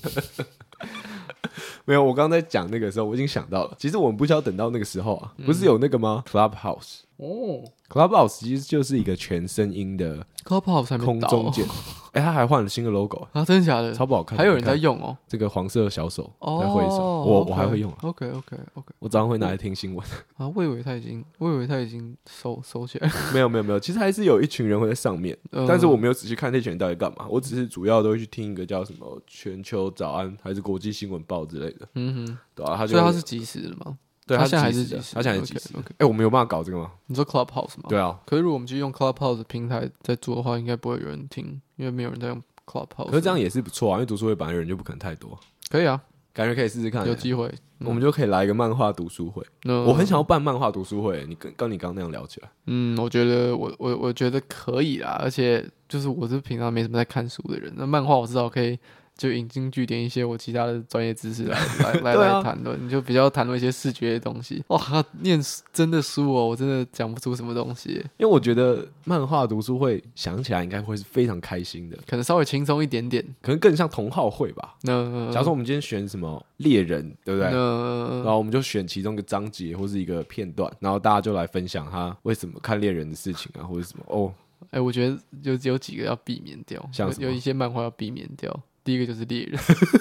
[SPEAKER 2] 没有，我刚才讲那个时候，我已经想到了。其实我们不需要等到那个时候
[SPEAKER 1] 嗯
[SPEAKER 2] 啊，不是有那个吗？Clubhouse。
[SPEAKER 1] 哦
[SPEAKER 2] Clubhouse 其实就是一个全声音的
[SPEAKER 1] ，Clubhouse 还没
[SPEAKER 2] 空
[SPEAKER 1] 倒
[SPEAKER 2] 中
[SPEAKER 1] 哦，
[SPEAKER 2] 见，哎、他还换了新的 logo，
[SPEAKER 1] 啊，真的假的？
[SPEAKER 2] 超不好看。
[SPEAKER 1] 还有人
[SPEAKER 2] 你看
[SPEAKER 1] 在用哦。
[SPEAKER 2] 这个黄色的小手
[SPEAKER 1] 哦，
[SPEAKER 2] 在挥手，我我还会用啊，
[SPEAKER 1] OK OK OK
[SPEAKER 2] 我早上会拿来听新 闻。
[SPEAKER 1] 啊，我以为他已经，我以为他已经收收起来了。
[SPEAKER 2] 没有没有没有，其实还是有一群人会在上面，
[SPEAKER 1] 嗯
[SPEAKER 2] 但是我没有仔细看那群人到底干嘛，我只是主要都会去听一个叫什么《全球早安》还是国际新闻报之类的，
[SPEAKER 1] 嗯哼，
[SPEAKER 2] 对啊，他就
[SPEAKER 1] 所以他是及时的吗？
[SPEAKER 2] 对
[SPEAKER 1] 他
[SPEAKER 2] 是
[SPEAKER 1] 现在还
[SPEAKER 2] 即
[SPEAKER 1] 是
[SPEAKER 2] 时的
[SPEAKER 1] 即时哦
[SPEAKER 2] 他现在是即时的。
[SPEAKER 1] OK，OK
[SPEAKER 2] 哎，我们有办法搞这个吗？
[SPEAKER 1] 你说 Clubhouse 吗？
[SPEAKER 2] 对。啊，
[SPEAKER 1] 可是如果我们去用 Clubhouse 的平台在做的话，应该不会有人听，因为没有人在用 Clubhouse。
[SPEAKER 2] 可是这样也是不错啊，因为读书会本来人就不可能太多，
[SPEAKER 1] 可以啊，
[SPEAKER 2] 感觉可以试试看欸。
[SPEAKER 1] 有机会。
[SPEAKER 2] 我们就可以来一个漫画读书会，
[SPEAKER 1] 那
[SPEAKER 2] 我很想要办漫画读书会，你跟跟你刚刚那样聊起来，
[SPEAKER 1] 嗯，我觉得我我我觉得可以啦，而且就是我是平常没什么在看书的人，那漫画我至少可以就引经据典一些我其他的专业知识来 来来
[SPEAKER 2] 对啊
[SPEAKER 1] 来谈论，你就比较谈论一些视觉的东西。哇，念书真的书哦，我真的讲不出什么东西，
[SPEAKER 2] 因为我觉得漫画读书会想起来应该会是非常开心的，
[SPEAKER 1] 可能稍微轻松一点点。
[SPEAKER 2] 可能更像同好会吧。
[SPEAKER 1] 那
[SPEAKER 2] 假如说我们今天选什么猎人，对不对？
[SPEAKER 1] 嗯
[SPEAKER 2] 然
[SPEAKER 1] 那
[SPEAKER 2] 后我们就选其中一个章节或是一个片段，然后大家就来分享他为什么看猎人的事情啊，或者什么哦，
[SPEAKER 1] 哎、我觉得有有几个要避免掉，
[SPEAKER 2] 像什么
[SPEAKER 1] 有有一些漫画要避免掉。第一个就是猎人，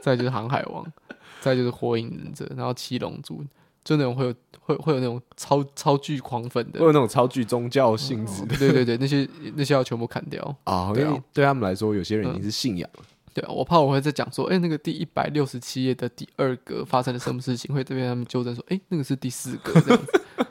[SPEAKER 1] 再就是航海王，再就是火影忍者，然后七龙珠，就那种会有会会有那种超超巨狂粉的
[SPEAKER 2] 会，有那种超具宗教性质的
[SPEAKER 1] 对对对，那些那些要全部砍掉。
[SPEAKER 2] 啊，
[SPEAKER 1] 嗯
[SPEAKER 2] 因
[SPEAKER 1] 对啊嗯
[SPEAKER 2] 为对他们来说，有些人已经是信仰了。
[SPEAKER 1] 对啊，我怕我会再讲说，哎、那个第一百六十七页的第二个发生了什么事情，会被他们纠正说，哎、那个是第四个这样子。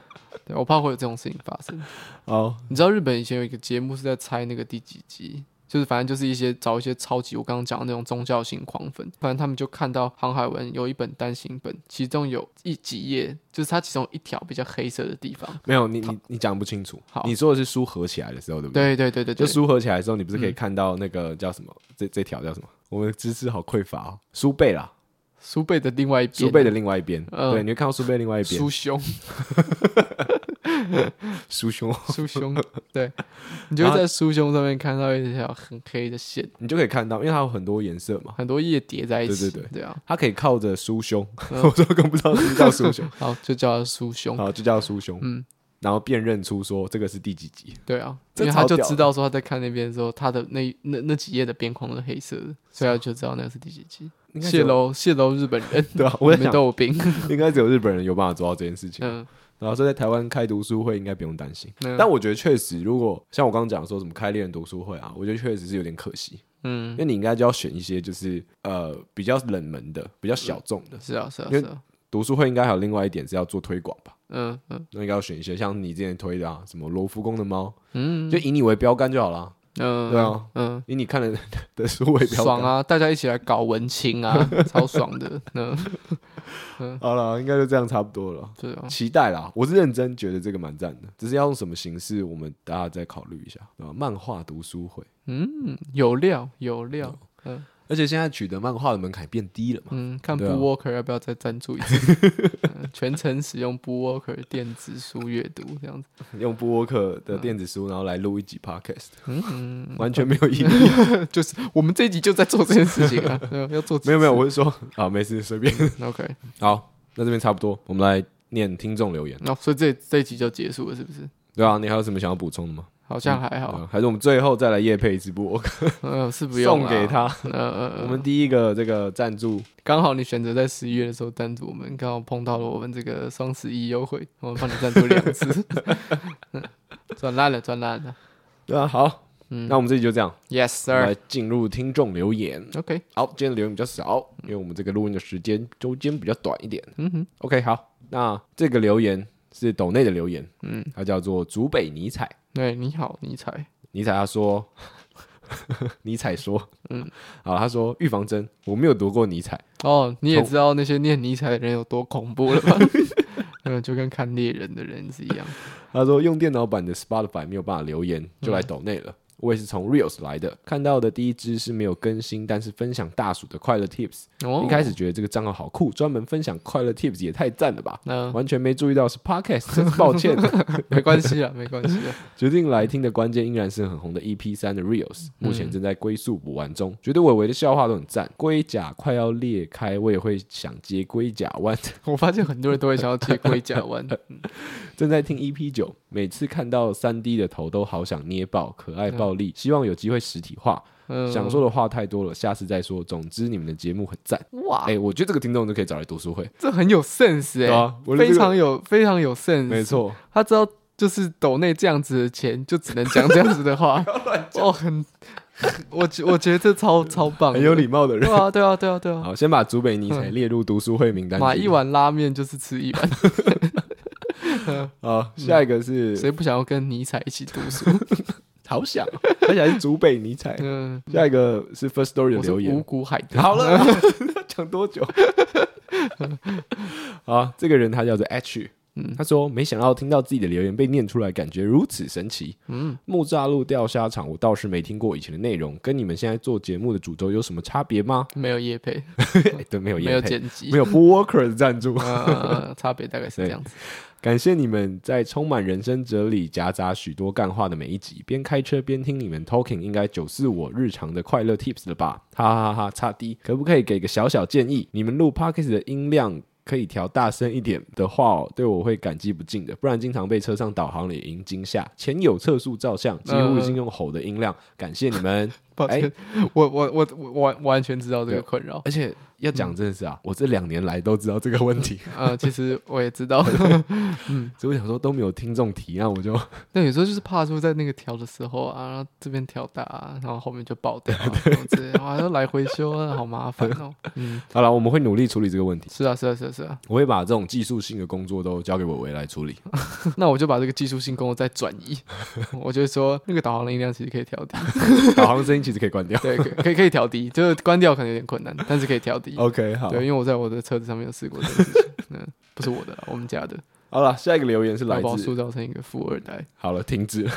[SPEAKER 1] 对，我怕会有这种事情发生。
[SPEAKER 2] 哦，
[SPEAKER 1] 你知道日本以前有一个节目是在猜那个第几集，就是反正就是一些找一些超级我刚刚讲的那种宗教型狂粉，反正他们就看到航海文有一本单行本，其中有一几页就是它其中一条比较黑色的地方。
[SPEAKER 2] 没有，你你你讲不清楚。
[SPEAKER 1] 好
[SPEAKER 2] 你说的是书合起来的时候，对不对？
[SPEAKER 1] 对对对对
[SPEAKER 2] 就
[SPEAKER 1] 对，嗯
[SPEAKER 2] 书合起来的时候，你不是可以看到那个叫什么？这这条叫什么？我们的知识好匮乏哦。书背啦，
[SPEAKER 1] 苏贝的另外一边，
[SPEAKER 2] 书背的另外一边，
[SPEAKER 1] 嗯
[SPEAKER 2] 对，你会看到书背的另外一边
[SPEAKER 1] 苏， 兄，
[SPEAKER 2] 书胸，
[SPEAKER 1] 苏兄，对，你就会在苏兄上面看到一条很黑的线，
[SPEAKER 2] 你就可以看到，因为它有很多颜色嘛，
[SPEAKER 1] 很多页叠在一起，
[SPEAKER 2] 对对
[SPEAKER 1] 对啊，
[SPEAKER 2] 它可以靠着书胸，
[SPEAKER 1] 嗯
[SPEAKER 2] 我都更不知道是不是叫书 胸，
[SPEAKER 1] 好，就叫它苏兄，
[SPEAKER 2] 好，就叫书胸，
[SPEAKER 1] 嗯
[SPEAKER 2] 然后辨认出说这个是第几集，
[SPEAKER 1] 对啊，
[SPEAKER 2] 这
[SPEAKER 1] 因为他
[SPEAKER 2] 超
[SPEAKER 1] 就
[SPEAKER 2] 屌
[SPEAKER 1] 知
[SPEAKER 2] 的
[SPEAKER 1] 道说他在看那边的时候，他的那那那几页的边框是黑色的，所以他就知道那是第几集。
[SPEAKER 2] 应该只
[SPEAKER 1] 泄
[SPEAKER 2] 有
[SPEAKER 1] 露泄露日本人，
[SPEAKER 2] 对啊，
[SPEAKER 1] 你
[SPEAKER 2] 我在
[SPEAKER 1] 们
[SPEAKER 2] 想
[SPEAKER 1] 都有 病。
[SPEAKER 2] 应该只有日本人有办法做到这件事情，
[SPEAKER 1] 嗯，
[SPEAKER 2] 然后所以在台湾开读书会应该不用担心，
[SPEAKER 1] 嗯
[SPEAKER 2] 但我觉得确实，如果像我刚刚讲说什么开猎人读书会啊，我觉得确实是有点可惜，因
[SPEAKER 1] 嗯，
[SPEAKER 2] 为你应该就要选一些就是呃比较冷门的、比较小众的
[SPEAKER 1] 是啊是啊
[SPEAKER 2] 因为
[SPEAKER 1] 是啊，
[SPEAKER 2] 读书会，应该还有另外一点是要做推广吧。
[SPEAKER 1] 嗯嗯
[SPEAKER 2] 那应该要选一些像你之前推的啊，什么罗浮宫的猫，
[SPEAKER 1] 嗯，
[SPEAKER 2] 就以你为标杆就好啦。
[SPEAKER 1] 嗯
[SPEAKER 2] 对啊，
[SPEAKER 1] 嗯，
[SPEAKER 2] 以你看了的书为标杆。
[SPEAKER 1] 爽！啊！大家一起来搞文青 啊，超爽的。嗯，
[SPEAKER 2] 好了，应该就这样差不多了。
[SPEAKER 1] 对啊，
[SPEAKER 2] 期待啦，我是认真觉得这个蛮赞的，只是要用什么形式，我们大家再考虑一下，对吧？漫画读书会，
[SPEAKER 1] 嗯，有料有料。嗯
[SPEAKER 2] 而且现在取得漫画的门槛变低了嘛，
[SPEAKER 1] 嗯，看
[SPEAKER 2] 对
[SPEAKER 1] Boo
[SPEAKER 2] 啊
[SPEAKER 1] Walker 要不要再赞助一次？嗯全程使用 Boo Walker 电子书阅读这样子。
[SPEAKER 2] 用布沃克的电子书，然后来录一集 podcast，
[SPEAKER 1] 嗯，
[SPEAKER 2] 完全没有意义。
[SPEAKER 1] 就是我们这一集就在做这件事情啊，对啊要做
[SPEAKER 2] 没有没有，我是说，啊，没事，随便。
[SPEAKER 1] OK，
[SPEAKER 2] 好，那这边差不多，我们来念听众留言，
[SPEAKER 1] 那、所以这这一集就结束了，是不是？
[SPEAKER 2] 对啊，你还有什么想要补充的吗？
[SPEAKER 1] 好像还
[SPEAKER 2] 对
[SPEAKER 1] 好，
[SPEAKER 2] 啊还是我们最后再来夜配一支布沃克，
[SPEAKER 1] 呃，是 不用
[SPEAKER 2] 嗯送给
[SPEAKER 1] 啦。
[SPEAKER 2] 他。
[SPEAKER 1] 呃呃，呃
[SPEAKER 2] 我们第一个这个赞助，
[SPEAKER 1] 刚好你选择在十一月的时候赞助我们，刚好碰到了我们这个双十一优惠，我们帮你赞助两次， 赚烂了，赚烂了。
[SPEAKER 2] 对啊，好，
[SPEAKER 1] 嗯
[SPEAKER 2] 那我们这集就这样，
[SPEAKER 1] Yes
[SPEAKER 2] 我们
[SPEAKER 1] sir。
[SPEAKER 2] 来进入听众留言。
[SPEAKER 1] OK，
[SPEAKER 2] 好，今天的留言比较少，因为我们这个录音的时间周间比较短一点。
[SPEAKER 1] 嗯哼，
[SPEAKER 2] OK，好，那这个留言是斗内的留言，
[SPEAKER 1] 嗯，
[SPEAKER 2] 他叫做竹北尼采，
[SPEAKER 1] 对，哎你好，尼采，
[SPEAKER 2] 尼采他说， 尼采说，
[SPEAKER 1] 嗯，
[SPEAKER 2] 好，他说预防针，我没有读过尼采，
[SPEAKER 1] 哦，你也知道那些念尼采的人有多恐怖了 吧？嗯，就跟看猎人的人是一样。
[SPEAKER 2] 他说用电脑版的 Spotify 没有办法留言，就来抖内了。我也是从 Reels 来的，看到的第一支是没有更新，但是分享大鼠的快乐 Tips。
[SPEAKER 1] 哦，
[SPEAKER 2] 一开始觉得这个账号好酷，专门分享快乐 Tips 也太赞了吧！
[SPEAKER 1] 那
[SPEAKER 2] 完全没注意到是 Podcast，真是抱歉。
[SPEAKER 1] 没关系啊，没关系啊。
[SPEAKER 2] 决定来听的关键依然是很红的 EP 三的 Reels，目前正在龟速补完中。觉得伟伟的笑话都很赞，龟甲快要裂开，我也会想接龟甲弯。
[SPEAKER 1] 我发现很多人都会想要接龟甲湾，
[SPEAKER 2] E 正在听 EP 九，每次看到三 D 的头都好想捏爆，可爱爆力，希望有机会实体化。
[SPEAKER 1] 嗯
[SPEAKER 2] 想说的话太多了，下次再说。总之，你们的节目很赞。
[SPEAKER 1] 哇
[SPEAKER 2] 哎、，我觉得这个听众就可以找来读书会，
[SPEAKER 1] 这很有 sense 哎、
[SPEAKER 2] 对啊我觉得
[SPEAKER 1] 非
[SPEAKER 2] 这个
[SPEAKER 1] 常有非常有 sense，
[SPEAKER 2] 没，错。
[SPEAKER 1] 他知道就是抖内这样子的钱，就只能讲这样子的话，哦，很，我觉我觉得这超超棒，
[SPEAKER 2] 很有礼，貌的 人
[SPEAKER 1] 对。啊，对啊，对啊，对啊，
[SPEAKER 2] 好，先把竹北尼采列入读书会名单。
[SPEAKER 1] 买一。碗拉面就是吃一碗，
[SPEAKER 2] 好，下一个是
[SPEAKER 1] 谁不想要跟尼采一起读书？
[SPEAKER 2] 好想，而且还是竹北尼采。
[SPEAKER 1] 嗯，
[SPEAKER 2] 下一个是 First Story 的
[SPEAKER 1] 我是
[SPEAKER 2] 留
[SPEAKER 1] 五
[SPEAKER 2] 言。
[SPEAKER 1] 谷海 豚，
[SPEAKER 2] 好了，讲多久？ 好，这个人他叫做 H。他说：“没想到听到自己的留言被念出来，感觉如此神奇。嗯，木栅路钓虾场，我倒是没听过以前的内容，跟你们现在做节目的主轴有什么差别 吗？
[SPEAKER 1] 没有叶配，
[SPEAKER 2] 哎对，没有
[SPEAKER 1] 没
[SPEAKER 2] 业
[SPEAKER 1] 有
[SPEAKER 2] 配，
[SPEAKER 1] 剪辑
[SPEAKER 2] 没，有哎 Worker 的赞助，
[SPEAKER 1] 呃，差别大概是这样子。
[SPEAKER 2] 感谢你们在充满人生哲理、夹杂许多干话的每一集，边开车边听你们 talking，应该九四我日常的快乐 tips 了吧？哈哈哈哈！差低，可不可以给个小小建议？你们录 podcast 的音量可以调大声一点的话、哦，对我会感激不尽的，不然经常被车上导航也赢惊吓。前有测速照相，几乎已经用吼的音量，感谢你们。
[SPEAKER 1] 抱歉，我我我我完完全知道这个困扰。
[SPEAKER 2] 而且要讲真的是啊，我这两年来都知道这个问题，
[SPEAKER 1] 呃，其实我也知道，
[SPEAKER 2] 所以我想说都没有听众提，那我就
[SPEAKER 1] 那有时候就是怕说在那个调的时候啊，然后这边调大、啊，然后后面就爆掉、啊，什么之类的，哇，要来回修啊，好麻烦哦。嗯，
[SPEAKER 2] 好了，我们会努力处理这个问题。
[SPEAKER 1] 是啊，是啊，是啊，是啊。
[SPEAKER 2] 我会把这种技术性的工作都交给伟伟来 处理。
[SPEAKER 1] 那我就把这个技术性工作再转 移，我就说那个导航的音量其实可以调低，
[SPEAKER 2] 导航声音其实可以关掉。
[SPEAKER 1] 对，可以可以可以调低，就是关掉可能有点困难，但是可以调低。
[SPEAKER 2] OK，好
[SPEAKER 1] 对，因为我在我的车子上面有试过这个事情，嗯，不是我的啦，我们家的，
[SPEAKER 2] 好了，下一个留言是
[SPEAKER 1] 然
[SPEAKER 2] 来
[SPEAKER 1] 后把我塑
[SPEAKER 2] 自
[SPEAKER 1] 造成一个富二代。
[SPEAKER 2] 好了，停止了。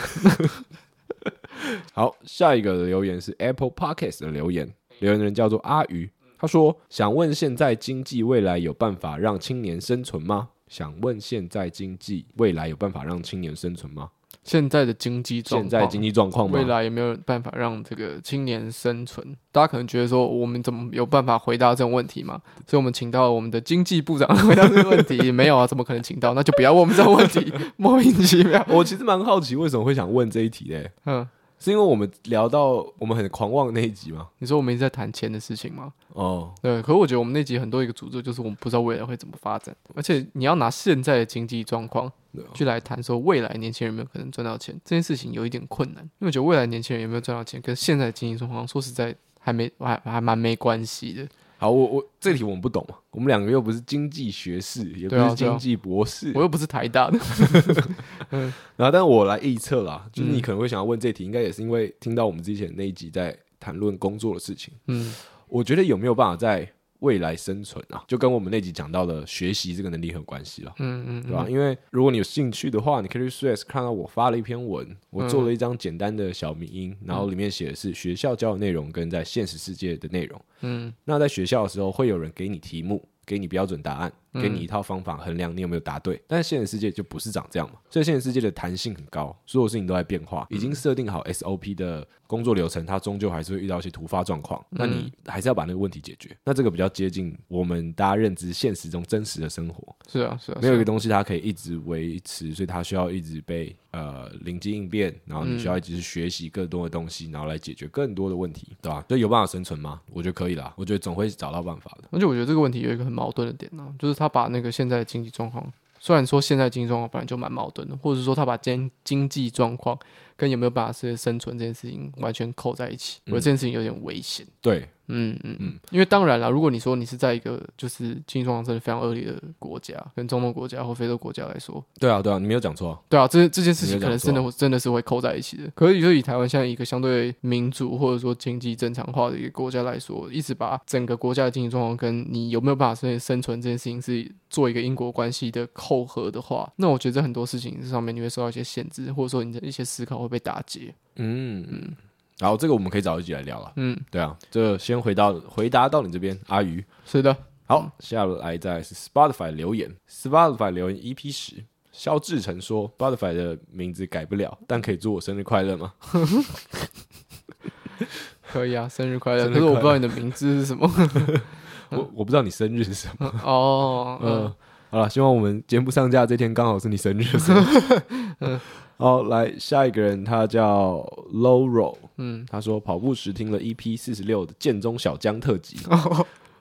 [SPEAKER 2] 好，下一个留言是 Apple Podcast 的留言，留言人叫做阿鱼，他说想问现在经济未来有办法让青年生存吗？想问现在经济未来有办法让青年生存吗？
[SPEAKER 1] 现在的经济状
[SPEAKER 2] 现
[SPEAKER 1] 况，
[SPEAKER 2] 在经济状况吗
[SPEAKER 1] 未？来也没有办法让这个青年生存。大家可能觉得说，我们怎么有办法回答这种问题嘛？所以我们请到我们的经济部长 回答这个问题。没有啊，怎么可能请到？那就不要问我们这种问题， 莫名其妙。
[SPEAKER 2] 我其实蛮好奇为什么会想问这一题的、欸
[SPEAKER 1] 嗯，
[SPEAKER 2] 是因为我们聊到我们很狂妄那一集吗？
[SPEAKER 1] 你说我们一直在谈钱的事情吗？
[SPEAKER 2] 哦，
[SPEAKER 1] 对，可是我觉得我们那集很多一个诅咒就是我们不知道未来会怎么发展，而且你要拿现在的经济状况
[SPEAKER 2] 对啊
[SPEAKER 1] 去来谈说未来年轻人有没有可能赚到钱这件事情有一点困难，因为我觉得未来年轻人有没有赚到钱跟现在的经济状况说实在还没还还蛮没关系的。
[SPEAKER 2] 好，我我这题我们不懂嘛，我们两个又不是经济学士，也不
[SPEAKER 1] 对啊
[SPEAKER 2] 是
[SPEAKER 1] 对啊
[SPEAKER 2] 经济博士，
[SPEAKER 1] 我又不是台大 的，
[SPEAKER 2] 然后但我来臆测啦，就是
[SPEAKER 1] 嗯
[SPEAKER 2] 你可能会想要问这题，应该也是因为听到我们之前那一集在谈论工作的事情，
[SPEAKER 1] 嗯，
[SPEAKER 2] 我觉得有没有办法在未来生存啊，就跟我们那集讲到的学习这个能力很有关系了。
[SPEAKER 1] 嗯嗯
[SPEAKER 2] 对吧？因为如果你有兴趣的话，你可以去 Stress 看到我发了一篇文，我
[SPEAKER 1] 嗯
[SPEAKER 2] 做了一张简单的小迷音，然后里面写的是学校教的内容跟在现实世界的内容。
[SPEAKER 1] 嗯，
[SPEAKER 2] 那在学校的时候，会有人给你题目，给你标准答案，给你一套方法衡量你有没有答对。但是现实世界就不是长这样嘛，所以现实世界的弹性很高，所有事情都在变化，已经设定好 SOP 的工作流程，它终究还是会遇到一些突发状况。那你还是要把那个问题解决。那这个比较接近我们大家认知现实中真实的生活。
[SPEAKER 1] 是啊是啊，
[SPEAKER 2] 没有一
[SPEAKER 1] 是啊
[SPEAKER 2] 个东西它可以一直维持，所以它需要一直被呃灵机应变，然后你需要一直去学习更多的东西，然后来解决更多的问题，对吧？所以有办法生存吗？我觉得可以啦，我觉得总会找到办法的。
[SPEAKER 1] 而且我觉得这个问题有一个很矛盾的点呢、就是他把那个现在的经济状况，虽然说现在经济状况本来就蛮矛盾的，或者说他把经经济状况跟有没有办法是生存这件事情完全扣在一起，我
[SPEAKER 2] 嗯
[SPEAKER 1] 觉得这件事情有点危险。
[SPEAKER 2] 对，
[SPEAKER 1] 嗯嗯嗯，因为当然啦，如果你说你是在一个就是经济状况真的非常恶劣的国家，跟中东国家或非洲国家来说，
[SPEAKER 2] 对啊，对啊，你没有讲错啊，
[SPEAKER 1] 对啊，这这件事情
[SPEAKER 2] 你就
[SPEAKER 1] 可能
[SPEAKER 2] 讲
[SPEAKER 1] 真的真的是会扣在一起的。可是，就以台湾现在一个相对民主或者说经济正常化的一个国家来说，一直把整个国家的经济状况跟你有没有办法生生存这件事情是做一个因果关系的扣合的话，那我觉得在很多事情上面你会受到一些限制，或者说你的一些思考会被打结。
[SPEAKER 2] 嗯嗯。然后这个我们可以找一集来聊了。
[SPEAKER 1] 嗯，
[SPEAKER 2] 对啊，这先回到回答到你这边，阿鱼。
[SPEAKER 1] 是的，
[SPEAKER 2] 好，下来再来是 Spotify 留言，Spotify 留言 EP 十，肖志成说 Spotify 的名字改不了，但可以祝我生日快乐吗？
[SPEAKER 1] 可以啊，生日快乐！
[SPEAKER 2] 生日
[SPEAKER 1] 可是我
[SPEAKER 2] 快
[SPEAKER 1] 不知道
[SPEAKER 2] 乐
[SPEAKER 1] 你的名字是什 么。
[SPEAKER 2] 我我不知道你生日是什么。
[SPEAKER 1] 哦，嗯
[SPEAKER 2] 嗯，好了，希望我们节目上架这天刚好是你生日的时候。好，来下一个人，他叫 Loro，
[SPEAKER 1] 嗯，
[SPEAKER 2] 他说跑步时听了 EP 四十六的剑中小江特 辑，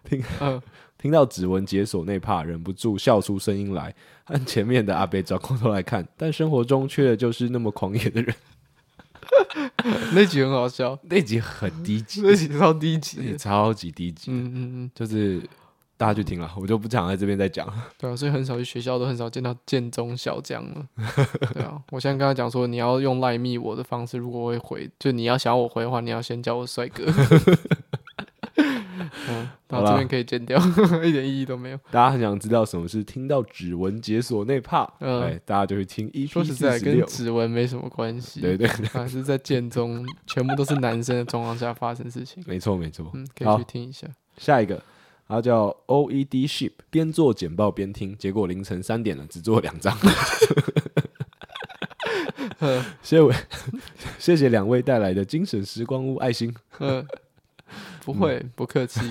[SPEAKER 2] 听
[SPEAKER 1] 哦嗯
[SPEAKER 2] 听到指纹解锁那怕忍不住笑出声音来，按前面的阿贝转过头来看，但生活中缺的就是那么狂野的人。
[SPEAKER 1] 嗯那集很好笑，
[SPEAKER 2] 那集很 低级，
[SPEAKER 1] 那集超低
[SPEAKER 2] 那
[SPEAKER 1] 级
[SPEAKER 2] 集
[SPEAKER 1] 的。
[SPEAKER 2] 超级低级，
[SPEAKER 1] 嗯嗯嗯，
[SPEAKER 2] 就是大家去听了，我就不想在这边再讲了。
[SPEAKER 1] 对啊，所以很少去学校，都很少见到建中小将了。 对啊，我现在跟他讲说，你要用赖密我的方式，如果我会回，就你要想要我回的话，你要先叫我帅 哥。嗯，然
[SPEAKER 2] 好
[SPEAKER 1] 后
[SPEAKER 2] 啦
[SPEAKER 1] 这边可以剪掉，一点意义都没有。
[SPEAKER 2] 大家很想知道什么是听到指纹解锁那怕，
[SPEAKER 1] 嗯
[SPEAKER 2] 哎，大家就去听 EP
[SPEAKER 1] 说实
[SPEAKER 2] 四
[SPEAKER 1] 在，
[SPEAKER 2] 十
[SPEAKER 1] 跟
[SPEAKER 2] 六。
[SPEAKER 1] 指纹没什么关系。
[SPEAKER 2] 对 对，对
[SPEAKER 1] 啊，是在建中，全部都是男生的状况下发生事情。
[SPEAKER 2] 没错没错。
[SPEAKER 1] 嗯，可以
[SPEAKER 2] 好
[SPEAKER 1] 去听一下。
[SPEAKER 2] 下一个，他叫 OED Ship，边做简报边听，结果凌晨三点了，只做两张。 谢伟， 谢谢两位带来的精神时光屋爱心。
[SPEAKER 1] 嗯，不会，
[SPEAKER 2] 嗯
[SPEAKER 1] 不客气。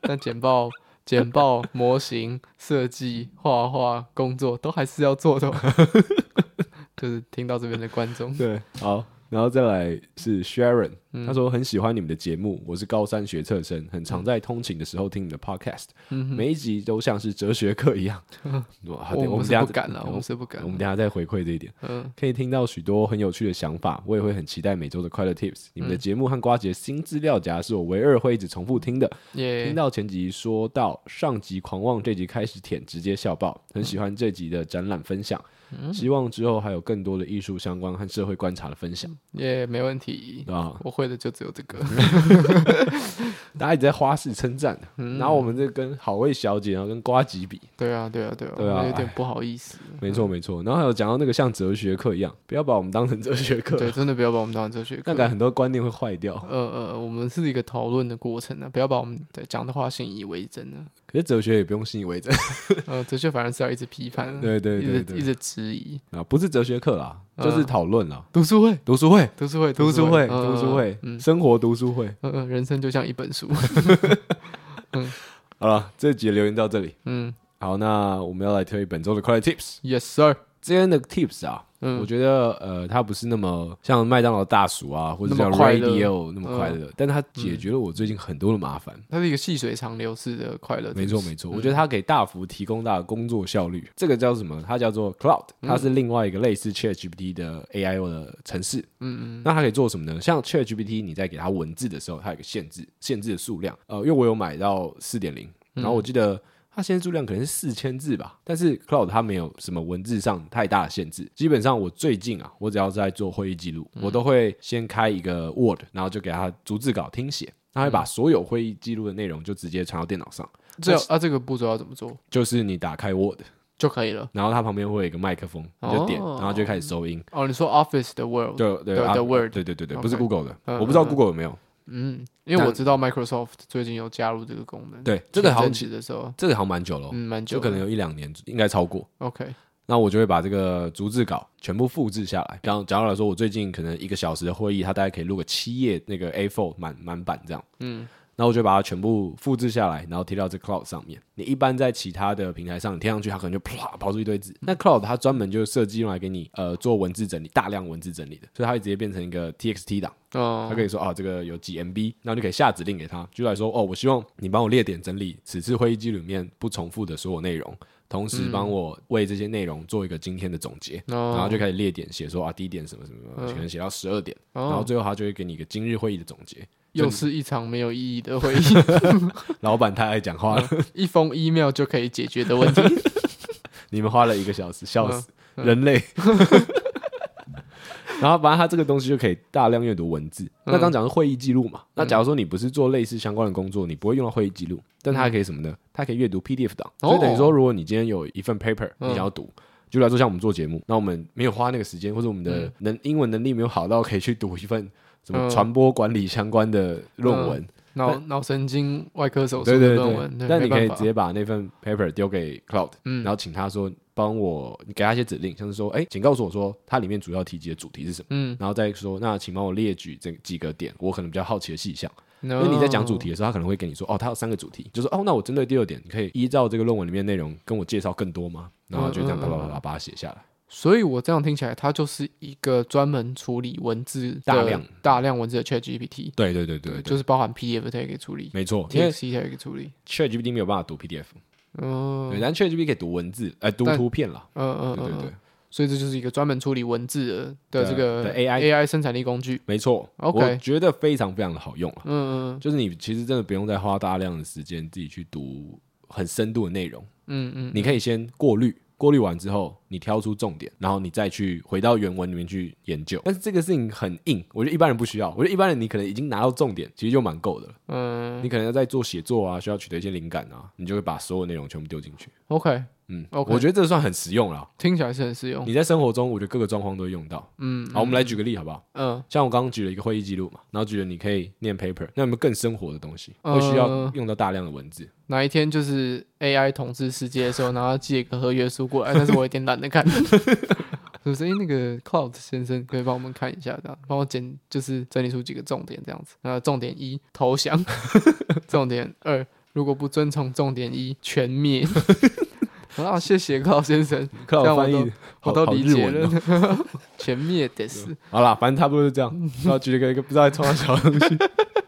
[SPEAKER 1] 但简报、简报、模型、设计、画画、工作都还是要做的哦。 就是听到这边的观众，
[SPEAKER 2] 对，好，然后再来是 Sharon，、
[SPEAKER 1] 嗯
[SPEAKER 2] 他说很喜欢你们的节目，我是高三学测生，很常在通勤的时候听你的 podcast，、
[SPEAKER 1] 嗯哼
[SPEAKER 2] 每一集都像是哲学课 一样。哇对
[SPEAKER 1] 我们
[SPEAKER 2] 们等
[SPEAKER 1] 是
[SPEAKER 2] 一下
[SPEAKER 1] 不敢了，
[SPEAKER 2] 我
[SPEAKER 1] 我
[SPEAKER 2] 们
[SPEAKER 1] 们是不敢
[SPEAKER 2] 我。们等一下再回馈这一点。
[SPEAKER 1] 嗯，
[SPEAKER 2] 可以听到许多很有趣的想法，我也会很期待每周的快乐
[SPEAKER 1] 嗯
[SPEAKER 2] Tips。你们的节目和瓜姐新资料夹是我唯二会一直重复听的。
[SPEAKER 1] 也
[SPEAKER 2] 听到前集说到上集狂妄，这集开始舔，直接笑爆，很喜欢这集的展览分享。
[SPEAKER 1] 嗯
[SPEAKER 2] 希望之后还有更多的艺术相关和社会观察的分享
[SPEAKER 1] 也没问题。
[SPEAKER 2] 啊！
[SPEAKER 1] 我会的就只有这个，
[SPEAKER 2] 嗯大家一直在花式称赞，
[SPEAKER 1] 嗯
[SPEAKER 2] 拿我们这跟好味小姐，然后跟瓜吉比，
[SPEAKER 1] 对啊，对啊，对啊，
[SPEAKER 2] 对啊
[SPEAKER 1] 我有点不好意思。
[SPEAKER 2] 没错没错。然后还有讲到那个像哲学课一样，不要把我们当成哲学课，
[SPEAKER 1] 对，真的不要把我们当成哲学课
[SPEAKER 2] 那。感觉很多观念会坏掉。
[SPEAKER 1] 呃呃，我们是一个讨论的过程呢、啊不要把我们的讲的话信以为真呢、
[SPEAKER 2] 可是哲学也不用信以为真，
[SPEAKER 1] 呃，哲学反而是要一直批判啊、
[SPEAKER 2] 对对对
[SPEAKER 1] 一直
[SPEAKER 2] 对
[SPEAKER 1] 一直质疑。
[SPEAKER 2] 啊，不是哲学课啦，
[SPEAKER 1] 嗯
[SPEAKER 2] 就是讨论啦，
[SPEAKER 1] 读书会，
[SPEAKER 2] 读书会，
[SPEAKER 1] 读书会，
[SPEAKER 2] 读书会，
[SPEAKER 1] 嗯
[SPEAKER 2] 读书会，
[SPEAKER 1] 嗯
[SPEAKER 2] 生活读书会。
[SPEAKER 1] 嗯嗯，人生就像一本 书，
[SPEAKER 2] 好了，这集留言到这里。
[SPEAKER 1] 嗯
[SPEAKER 2] 好，那我们要来推本周的快乐 tips。
[SPEAKER 1] ，Yes sir，
[SPEAKER 2] 今天的 tips 啊，我
[SPEAKER 1] 嗯，
[SPEAKER 2] 觉得呃，它不是那么像麦当劳大叔啊，或者
[SPEAKER 1] 那
[SPEAKER 2] 像
[SPEAKER 1] 么快乐
[SPEAKER 2] radio 那么快乐，但它解决了我最近很多的麻烦。
[SPEAKER 1] 它是一个细水长流式的快乐，
[SPEAKER 2] 没错没
[SPEAKER 1] 错，
[SPEAKER 2] 错，我觉得它给大幅提供大的工作效率。这个叫什么？它叫做 Cloud，它是另外一个类似 ChatGPT 的 AI o 的城市。
[SPEAKER 1] 嗯嗯
[SPEAKER 2] 那它可以做什么呢？像 ChatGPT，你在给它文字的时候，它有个限制，限制的数量。呃，因为我有买到四点零，然后
[SPEAKER 1] 嗯
[SPEAKER 2] 我记得它限制数量可能是四千字吧。但是 Cloud 它没有什么文字上太大的限制。基本上我最近啊，我只要是在做会议记
[SPEAKER 1] 嗯
[SPEAKER 2] 录，我都会先开一个 Word，然后就给它逐字稿听写。它会把所有会议记录的内容就直接传到电脑上，
[SPEAKER 1] 嗯，这啊这个步骤要怎么做
[SPEAKER 2] 就是你打开 Word，
[SPEAKER 1] 就可以了？
[SPEAKER 2] 然后它旁边会有一个麦克风，你就点，
[SPEAKER 1] 哦
[SPEAKER 2] 然后就开始收音。
[SPEAKER 1] 哦，你说 Office 的 World，
[SPEAKER 2] 对对
[SPEAKER 1] 的
[SPEAKER 2] 啊
[SPEAKER 1] 的 Word
[SPEAKER 2] 对对对对，不是
[SPEAKER 1] OK
[SPEAKER 2] Google 的，
[SPEAKER 1] 嗯
[SPEAKER 2] 我不知道
[SPEAKER 1] 嗯嗯
[SPEAKER 2] Google 有没有。
[SPEAKER 1] 嗯，因为我
[SPEAKER 2] 但
[SPEAKER 1] 知道 Microsoft 最近有加入这个功能，，
[SPEAKER 2] 对，这个好像
[SPEAKER 1] 前阵子的时候，
[SPEAKER 2] 这个好像蛮久了、哦，
[SPEAKER 1] 嗯，蛮久了，
[SPEAKER 2] 就可能有一两年，应该超过。
[SPEAKER 1] OK，
[SPEAKER 2] 那我就会把这个逐字稿全部复制下来。然后，假如来说，我最近可能一个小时的会议，它大概可以录个七页那个 A4 满满版这样。
[SPEAKER 1] 嗯，
[SPEAKER 2] 那我就把它全部复制下来，然后贴到这 Cloud 上面。你一般在其他的平台上你贴上去，它可能就啪跑出一堆字。那 Cloud 它专门就设计用来给你呃做文字整理，大量文字整理的，所以它会直接变成一个 TXT 档。
[SPEAKER 1] 哦
[SPEAKER 2] 他可以说啊，这个有几 MB，那你就可以下指令给他，就来说哦，我希望你帮我列点整理此次会议记录里面不重复的所有内容，同时帮我为这些内容做一个今天的总结，然后
[SPEAKER 1] 嗯哦，
[SPEAKER 2] 就开始列点写说啊，第一点什么什么什么，可能写到十二点，然后
[SPEAKER 1] 哦，
[SPEAKER 2] 最后他就会给你一个今日会议的总结。
[SPEAKER 1] 又是一场没有意义的会议，
[SPEAKER 2] 老板太爱讲话了，
[SPEAKER 1] 一封 email 就可以解决的问 题，
[SPEAKER 2] 你们花了一个小时，
[SPEAKER 1] 嗯
[SPEAKER 2] 笑死，人类。 然后，反正他这个东西就可以大量阅读文字。
[SPEAKER 1] 嗯
[SPEAKER 2] 那刚讲的会议记录嘛，那假如说你不是做类似相关的工作，你不会用到会议记录，但它还可以什么呢？它可以阅读 PDF 档。
[SPEAKER 1] 嗯哦
[SPEAKER 2] 所以等于说，如果你今天有一份 paper 你
[SPEAKER 1] 嗯
[SPEAKER 2] 想要读，就来说像我们做节目，那我们没有花那个时间，或者我们的能英文能力没有好到可以去读一份什么
[SPEAKER 1] 嗯
[SPEAKER 2] 传播管理相关的论文，
[SPEAKER 1] 脑脑神经外科手术
[SPEAKER 2] 对
[SPEAKER 1] 的
[SPEAKER 2] 对
[SPEAKER 1] 论文，
[SPEAKER 2] 对。
[SPEAKER 1] 对
[SPEAKER 2] 但
[SPEAKER 1] 没
[SPEAKER 2] 你可
[SPEAKER 1] 办
[SPEAKER 2] 以
[SPEAKER 1] 法
[SPEAKER 2] 直接把那份 paper 丢给 Cloud，
[SPEAKER 1] 嗯
[SPEAKER 2] 然后请他说帮我，你给他一些指令，像是说，哎、请告诉我说它里面主要提及的主题是什么，
[SPEAKER 1] 嗯，
[SPEAKER 2] 然后再说，那请帮我列举这几个点，我可能比较好奇的细项。
[SPEAKER 1] 因
[SPEAKER 2] 因为你在讲主题的时候，他可能会跟你说，哦，它有三个主题，就说，哦，那我针对第二点，你可以依照这个论文里面内容跟我介绍更多吗？然后就这样
[SPEAKER 1] 嗯嗯
[SPEAKER 2] 叭叭
[SPEAKER 1] 嗯
[SPEAKER 2] 叭叭把它写下来。
[SPEAKER 1] 所以我这样听起来，它就是一个专门处理文字的
[SPEAKER 2] 大量
[SPEAKER 1] 大量文字的 ChatGPT，
[SPEAKER 2] 对对对对
[SPEAKER 1] 就是是包含 PDF 它也可以处理
[SPEAKER 2] 没错，因为
[SPEAKER 1] ，TXT 它也可以处理。
[SPEAKER 2] ChatGPT 没有办法读 PDF，
[SPEAKER 1] 嗯
[SPEAKER 2] 对，但 ChatGPT 可以读文字，呃，读
[SPEAKER 1] 但
[SPEAKER 2] 图片啦。
[SPEAKER 1] 嗯嗯
[SPEAKER 2] 对
[SPEAKER 1] 嗯
[SPEAKER 2] 对对
[SPEAKER 1] 嗯，，所以这就是一个专门处理文字的的
[SPEAKER 2] 的
[SPEAKER 1] 这个
[SPEAKER 2] 的 AI
[SPEAKER 1] AI 生产力工具。
[SPEAKER 2] 没错
[SPEAKER 1] OK
[SPEAKER 2] 我觉得非常非常的好用啊。
[SPEAKER 1] 嗯嗯
[SPEAKER 2] 就是你其实真的不用再花大量的时间自己去读很深度的内容，
[SPEAKER 1] 嗯嗯
[SPEAKER 2] 你可以先过滤，过滤完之后你挑出重点，然后你再去回到原文里面去研究。但是这个事情很硬，我觉得一般人不需要。我觉得一般人你可能已经拿到重点，其实就蛮够的了。
[SPEAKER 1] 嗯
[SPEAKER 2] 你可能要在做写作啊，需要取得一些灵感啊，你就会把所有内容全部丢进去。
[SPEAKER 1] ，OK，
[SPEAKER 2] 嗯
[SPEAKER 1] OK 哦
[SPEAKER 2] 我觉得这算很实用了。
[SPEAKER 1] 听起来是很实用。
[SPEAKER 2] 你在生活中，我觉得各个状况都会用到。
[SPEAKER 1] 嗯
[SPEAKER 2] 好，我们来举个例好不好？
[SPEAKER 1] 嗯，
[SPEAKER 2] 像我刚刚举了一个会议记录嘛，然后举了你可以念 paper，那有没有更生活的东西，会需要
[SPEAKER 1] 呃
[SPEAKER 2] 用到大量的文字？
[SPEAKER 1] 哪一天就是 AI 统治世界的时候，然后寄一个合约书过来， 但是我有点懒得看。 就是哎、诶那个 Cloud 先生可以帮我们看一下，这样帮我剪，就是整理出几个重点这样子。那重点一投降， 重点二如果不遵从重点一全灭。 啊，谢谢 Cloud 先生，
[SPEAKER 2] 克劳
[SPEAKER 1] 这样
[SPEAKER 2] 翻
[SPEAKER 1] 我
[SPEAKER 2] 译
[SPEAKER 1] 都，我都
[SPEAKER 2] 好
[SPEAKER 1] 理解。
[SPEAKER 2] 好日文哦
[SPEAKER 1] 了。 全灭得是，
[SPEAKER 2] 好啦，反正差不多是这样。然后举了一个一个不知道在创啥小东西，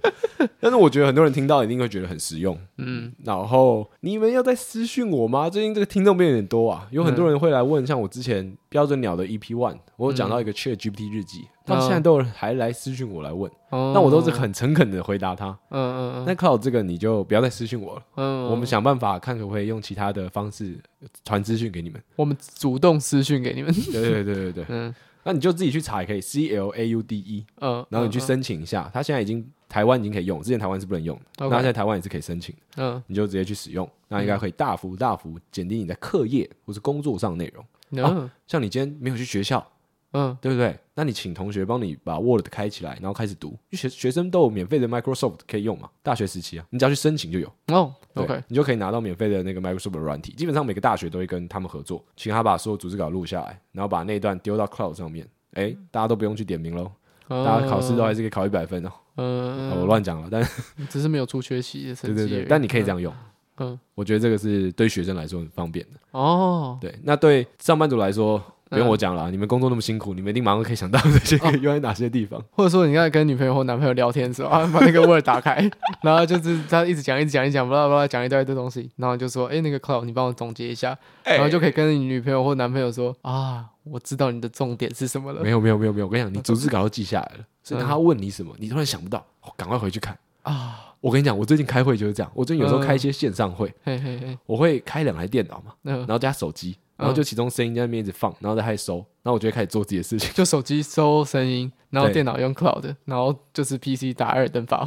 [SPEAKER 2] 但是我觉得很多人听到一定会觉得很实用。
[SPEAKER 1] 嗯，
[SPEAKER 2] 然后你们要在私讯我吗？最近这个听众变有点多啊，有很多人会来问，像我之前标准鸟的 EP One，我有讲
[SPEAKER 1] 嗯
[SPEAKER 2] 到一个 Chat GPT 日记，到现在都有人还来私讯我来问，
[SPEAKER 1] 哦
[SPEAKER 2] 嗯那我都是很诚恳的回答他。
[SPEAKER 1] 嗯嗯嗯
[SPEAKER 2] 那靠这个你就不要再私讯我了。
[SPEAKER 1] 嗯，
[SPEAKER 2] 我们想办法看可不可以用其他的方式传资讯 给你们。
[SPEAKER 1] 我们主动私讯给你们，
[SPEAKER 2] 对对对对对，
[SPEAKER 1] 嗯
[SPEAKER 2] 那你就自己去查也可以，C L A U D E，
[SPEAKER 1] 嗯，
[SPEAKER 2] 然后你
[SPEAKER 1] 嗯
[SPEAKER 2] 去申请一下。它现在已经台湾已经可以用，之前台湾是不能用的，那
[SPEAKER 1] OK
[SPEAKER 2] 它现在台湾也是可以申请的，
[SPEAKER 1] 嗯，
[SPEAKER 2] 你就直接去使用，那应该可以大幅大幅减低你在课业或是工作上的内容。
[SPEAKER 1] 嗯
[SPEAKER 2] 像你今天没有去学校，
[SPEAKER 1] 嗯
[SPEAKER 2] 对不对？那你请同学帮你把 Word 开起来，然后开始读。因为学学生都有免费的 Microsoft 可以用嘛？大学时期啊，你只要去申请就有。
[SPEAKER 1] 哦
[SPEAKER 2] 对
[SPEAKER 1] ，OK，
[SPEAKER 2] 你就可以拿到免费的那个 Microsoft 的软体。基本上每个大学都会跟他们合作，请他把所有组织稿录下来，然后把那一段丢到 Cloud 上面。哎、
[SPEAKER 1] 嗯
[SPEAKER 2] 大家都不用去点名喽，大家考试都还是可以考一百分哦。
[SPEAKER 1] 哦嗯，
[SPEAKER 2] 我乱讲了，但
[SPEAKER 1] 只是没有出缺席的
[SPEAKER 2] 对
[SPEAKER 1] 成绩而
[SPEAKER 2] 对
[SPEAKER 1] 已。
[SPEAKER 2] 对，但你可以这样用。
[SPEAKER 1] 嗯，
[SPEAKER 2] 我觉得这个是对学生来说很方便的。
[SPEAKER 1] 哦，
[SPEAKER 2] 对，那对上班族来说，不用
[SPEAKER 1] 嗯
[SPEAKER 2] 我讲了啊，你们工作那么辛苦，你们一定马上可以想到这 些可以用在哪些地方。
[SPEAKER 1] 或者说你刚才跟女朋友或男朋友聊天的时候啊，把那个 Word 打开， 然后就是他一直讲一直讲一直讲，巴拉巴拉讲一大堆东西，然后就说，哎，那个 Cloud 你帮我总结一下，
[SPEAKER 2] 哎
[SPEAKER 1] 然后就可以跟你女朋友或男朋友说啊，我知道你的重点是什么了
[SPEAKER 2] 没有没有没有没有，我跟你 讲，你逐字稿都记下
[SPEAKER 1] 嗯
[SPEAKER 2] 来了，所以当他问你什么，你突然想不到，哦赶快回去看。
[SPEAKER 1] 啊，
[SPEAKER 2] 我跟你讲，我最近开会就是这样，我最近有时
[SPEAKER 1] 嗯
[SPEAKER 2] 候开一些线上会，
[SPEAKER 1] 嘿嘿嘿，
[SPEAKER 2] 我会开两台电脑嘛，
[SPEAKER 1] 那
[SPEAKER 2] 然后加手机，
[SPEAKER 1] 嗯
[SPEAKER 2] 然后就其中声音在那边一直放，然后再开始收，然后我就会开始做自己的事情。
[SPEAKER 1] 就手机收声音，然后
[SPEAKER 2] 对
[SPEAKER 1] 电脑用 Cloud，然后就是 PC 打《艾尔登法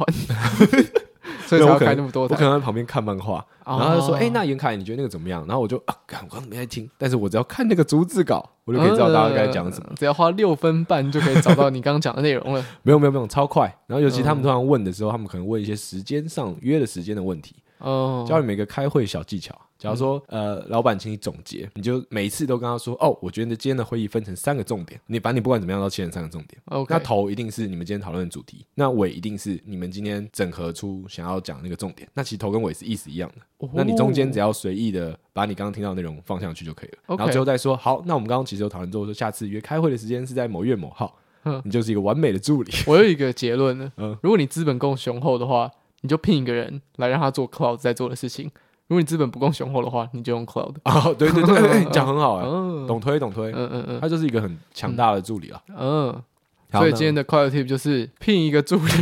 [SPEAKER 1] 环》，所以
[SPEAKER 2] 对
[SPEAKER 1] 才
[SPEAKER 2] 我
[SPEAKER 1] 要
[SPEAKER 2] 可
[SPEAKER 1] 开
[SPEAKER 2] 能
[SPEAKER 1] 那么多
[SPEAKER 2] 我
[SPEAKER 1] 台
[SPEAKER 2] 可。能在旁边看漫画，然后他就说：“
[SPEAKER 1] 哦
[SPEAKER 2] 哎、那严凯，你觉得那个怎么样？”然后我就啊，干我刚刚没在听，但是我只要看那个逐字稿，我就可以知道大家该讲什么。
[SPEAKER 1] 嗯只要花六分半就可以找到你刚刚讲的内容 了。
[SPEAKER 2] 没有没有没有，超快。然后尤其他
[SPEAKER 1] 嗯
[SPEAKER 2] 们通常问的时候，他们可能问一些时间上约的时间的问题，
[SPEAKER 1] 哦，嗯
[SPEAKER 2] 教你们一个开会小技巧。假如说，呃，老板请你总结，你就每一次都跟他说，哦，我觉得今天的会议分成三个重点，你把你不管怎么样都切成三个重点。
[SPEAKER 1] OK，
[SPEAKER 2] 那头一定是你们今天讨论的主题，那尾一定是你们今天整合出想要讲的那个重点。那其实头跟尾是意思一样的，
[SPEAKER 1] 哦
[SPEAKER 2] 那你中间只要随意的把你刚刚听到的内容放上去就可以了。
[SPEAKER 1] OK
[SPEAKER 2] 然后最后再说，好，那我们刚刚其实有讨论之后说，下次约开会的时间是在某月某号
[SPEAKER 1] 嗯，
[SPEAKER 2] 你就是一个完美的助理。
[SPEAKER 1] 哦我有一个结论呢
[SPEAKER 2] 嗯。
[SPEAKER 1] 如果你资本够雄厚的话，你就聘一个人来让他做 cloud 在做的事情；如果你资本不够雄厚的话，你就用 cloud。
[SPEAKER 2] 哦，对对对，哎讲很好啊，
[SPEAKER 1] 嗯
[SPEAKER 2] 懂推懂推，
[SPEAKER 1] 嗯嗯
[SPEAKER 2] 他就是一个很强大的助理啊。
[SPEAKER 1] 嗯嗯，
[SPEAKER 2] 好
[SPEAKER 1] 所以
[SPEAKER 2] 那
[SPEAKER 1] 今天的 cloud tip 就是聘一个助 理。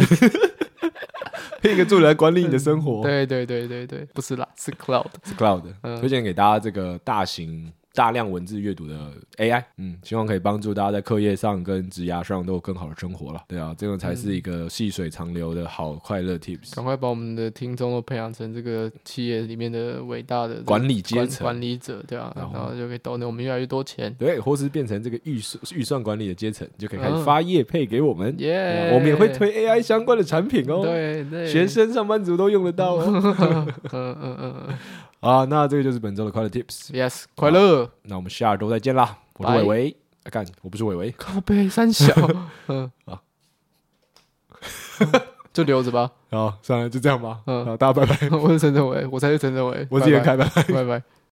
[SPEAKER 2] 配一个助理来管理你的生活，
[SPEAKER 1] 对对对对对，不是啦，是 cloud。
[SPEAKER 2] 是 Cloud
[SPEAKER 1] 嗯
[SPEAKER 2] 推荐给大家这个大型大量文字阅读的 AI，嗯，希望可以帮助大家在课业上跟职涯上都有更好的生活了。对啊，这个才是一个细水长流的好快乐 tips。
[SPEAKER 1] 赶快把我们的听众都培养成这个企业里面的伟大的这个
[SPEAKER 2] 管理阶
[SPEAKER 1] 管
[SPEAKER 2] 层
[SPEAKER 1] 管理者，对啊，
[SPEAKER 2] 然
[SPEAKER 1] 然
[SPEAKER 2] 后
[SPEAKER 1] 后就可以导致我们越来越多钱。
[SPEAKER 2] 对，或是变成这个预算预算管理的阶层，你就可以开始发业配给我们。
[SPEAKER 1] 耶、
[SPEAKER 2] 对啊我们也会推 AI 相关的产品哦，
[SPEAKER 1] 对对，
[SPEAKER 2] 学生、上班族都用得到 哦。
[SPEAKER 1] 嗯，嗯嗯嗯
[SPEAKER 2] 啊，那这个就是本周的快乐 tips，
[SPEAKER 1] ，yes，快乐，
[SPEAKER 2] 那我们下周再见啦。我是
[SPEAKER 1] 拜
[SPEAKER 2] 伟伟，啊干，我不是伟伟，
[SPEAKER 1] 靠背三 小，嗯
[SPEAKER 2] 啊
[SPEAKER 1] 啊，就留着吧。
[SPEAKER 2] 好，算了，就这样吧。
[SPEAKER 1] 嗯
[SPEAKER 2] 好，大家拜拜，
[SPEAKER 1] 我是陈政伟，我才是陈政伟，
[SPEAKER 2] 我是严
[SPEAKER 1] 拜
[SPEAKER 2] 凯，拜拜。
[SPEAKER 1] 拜，拜拜。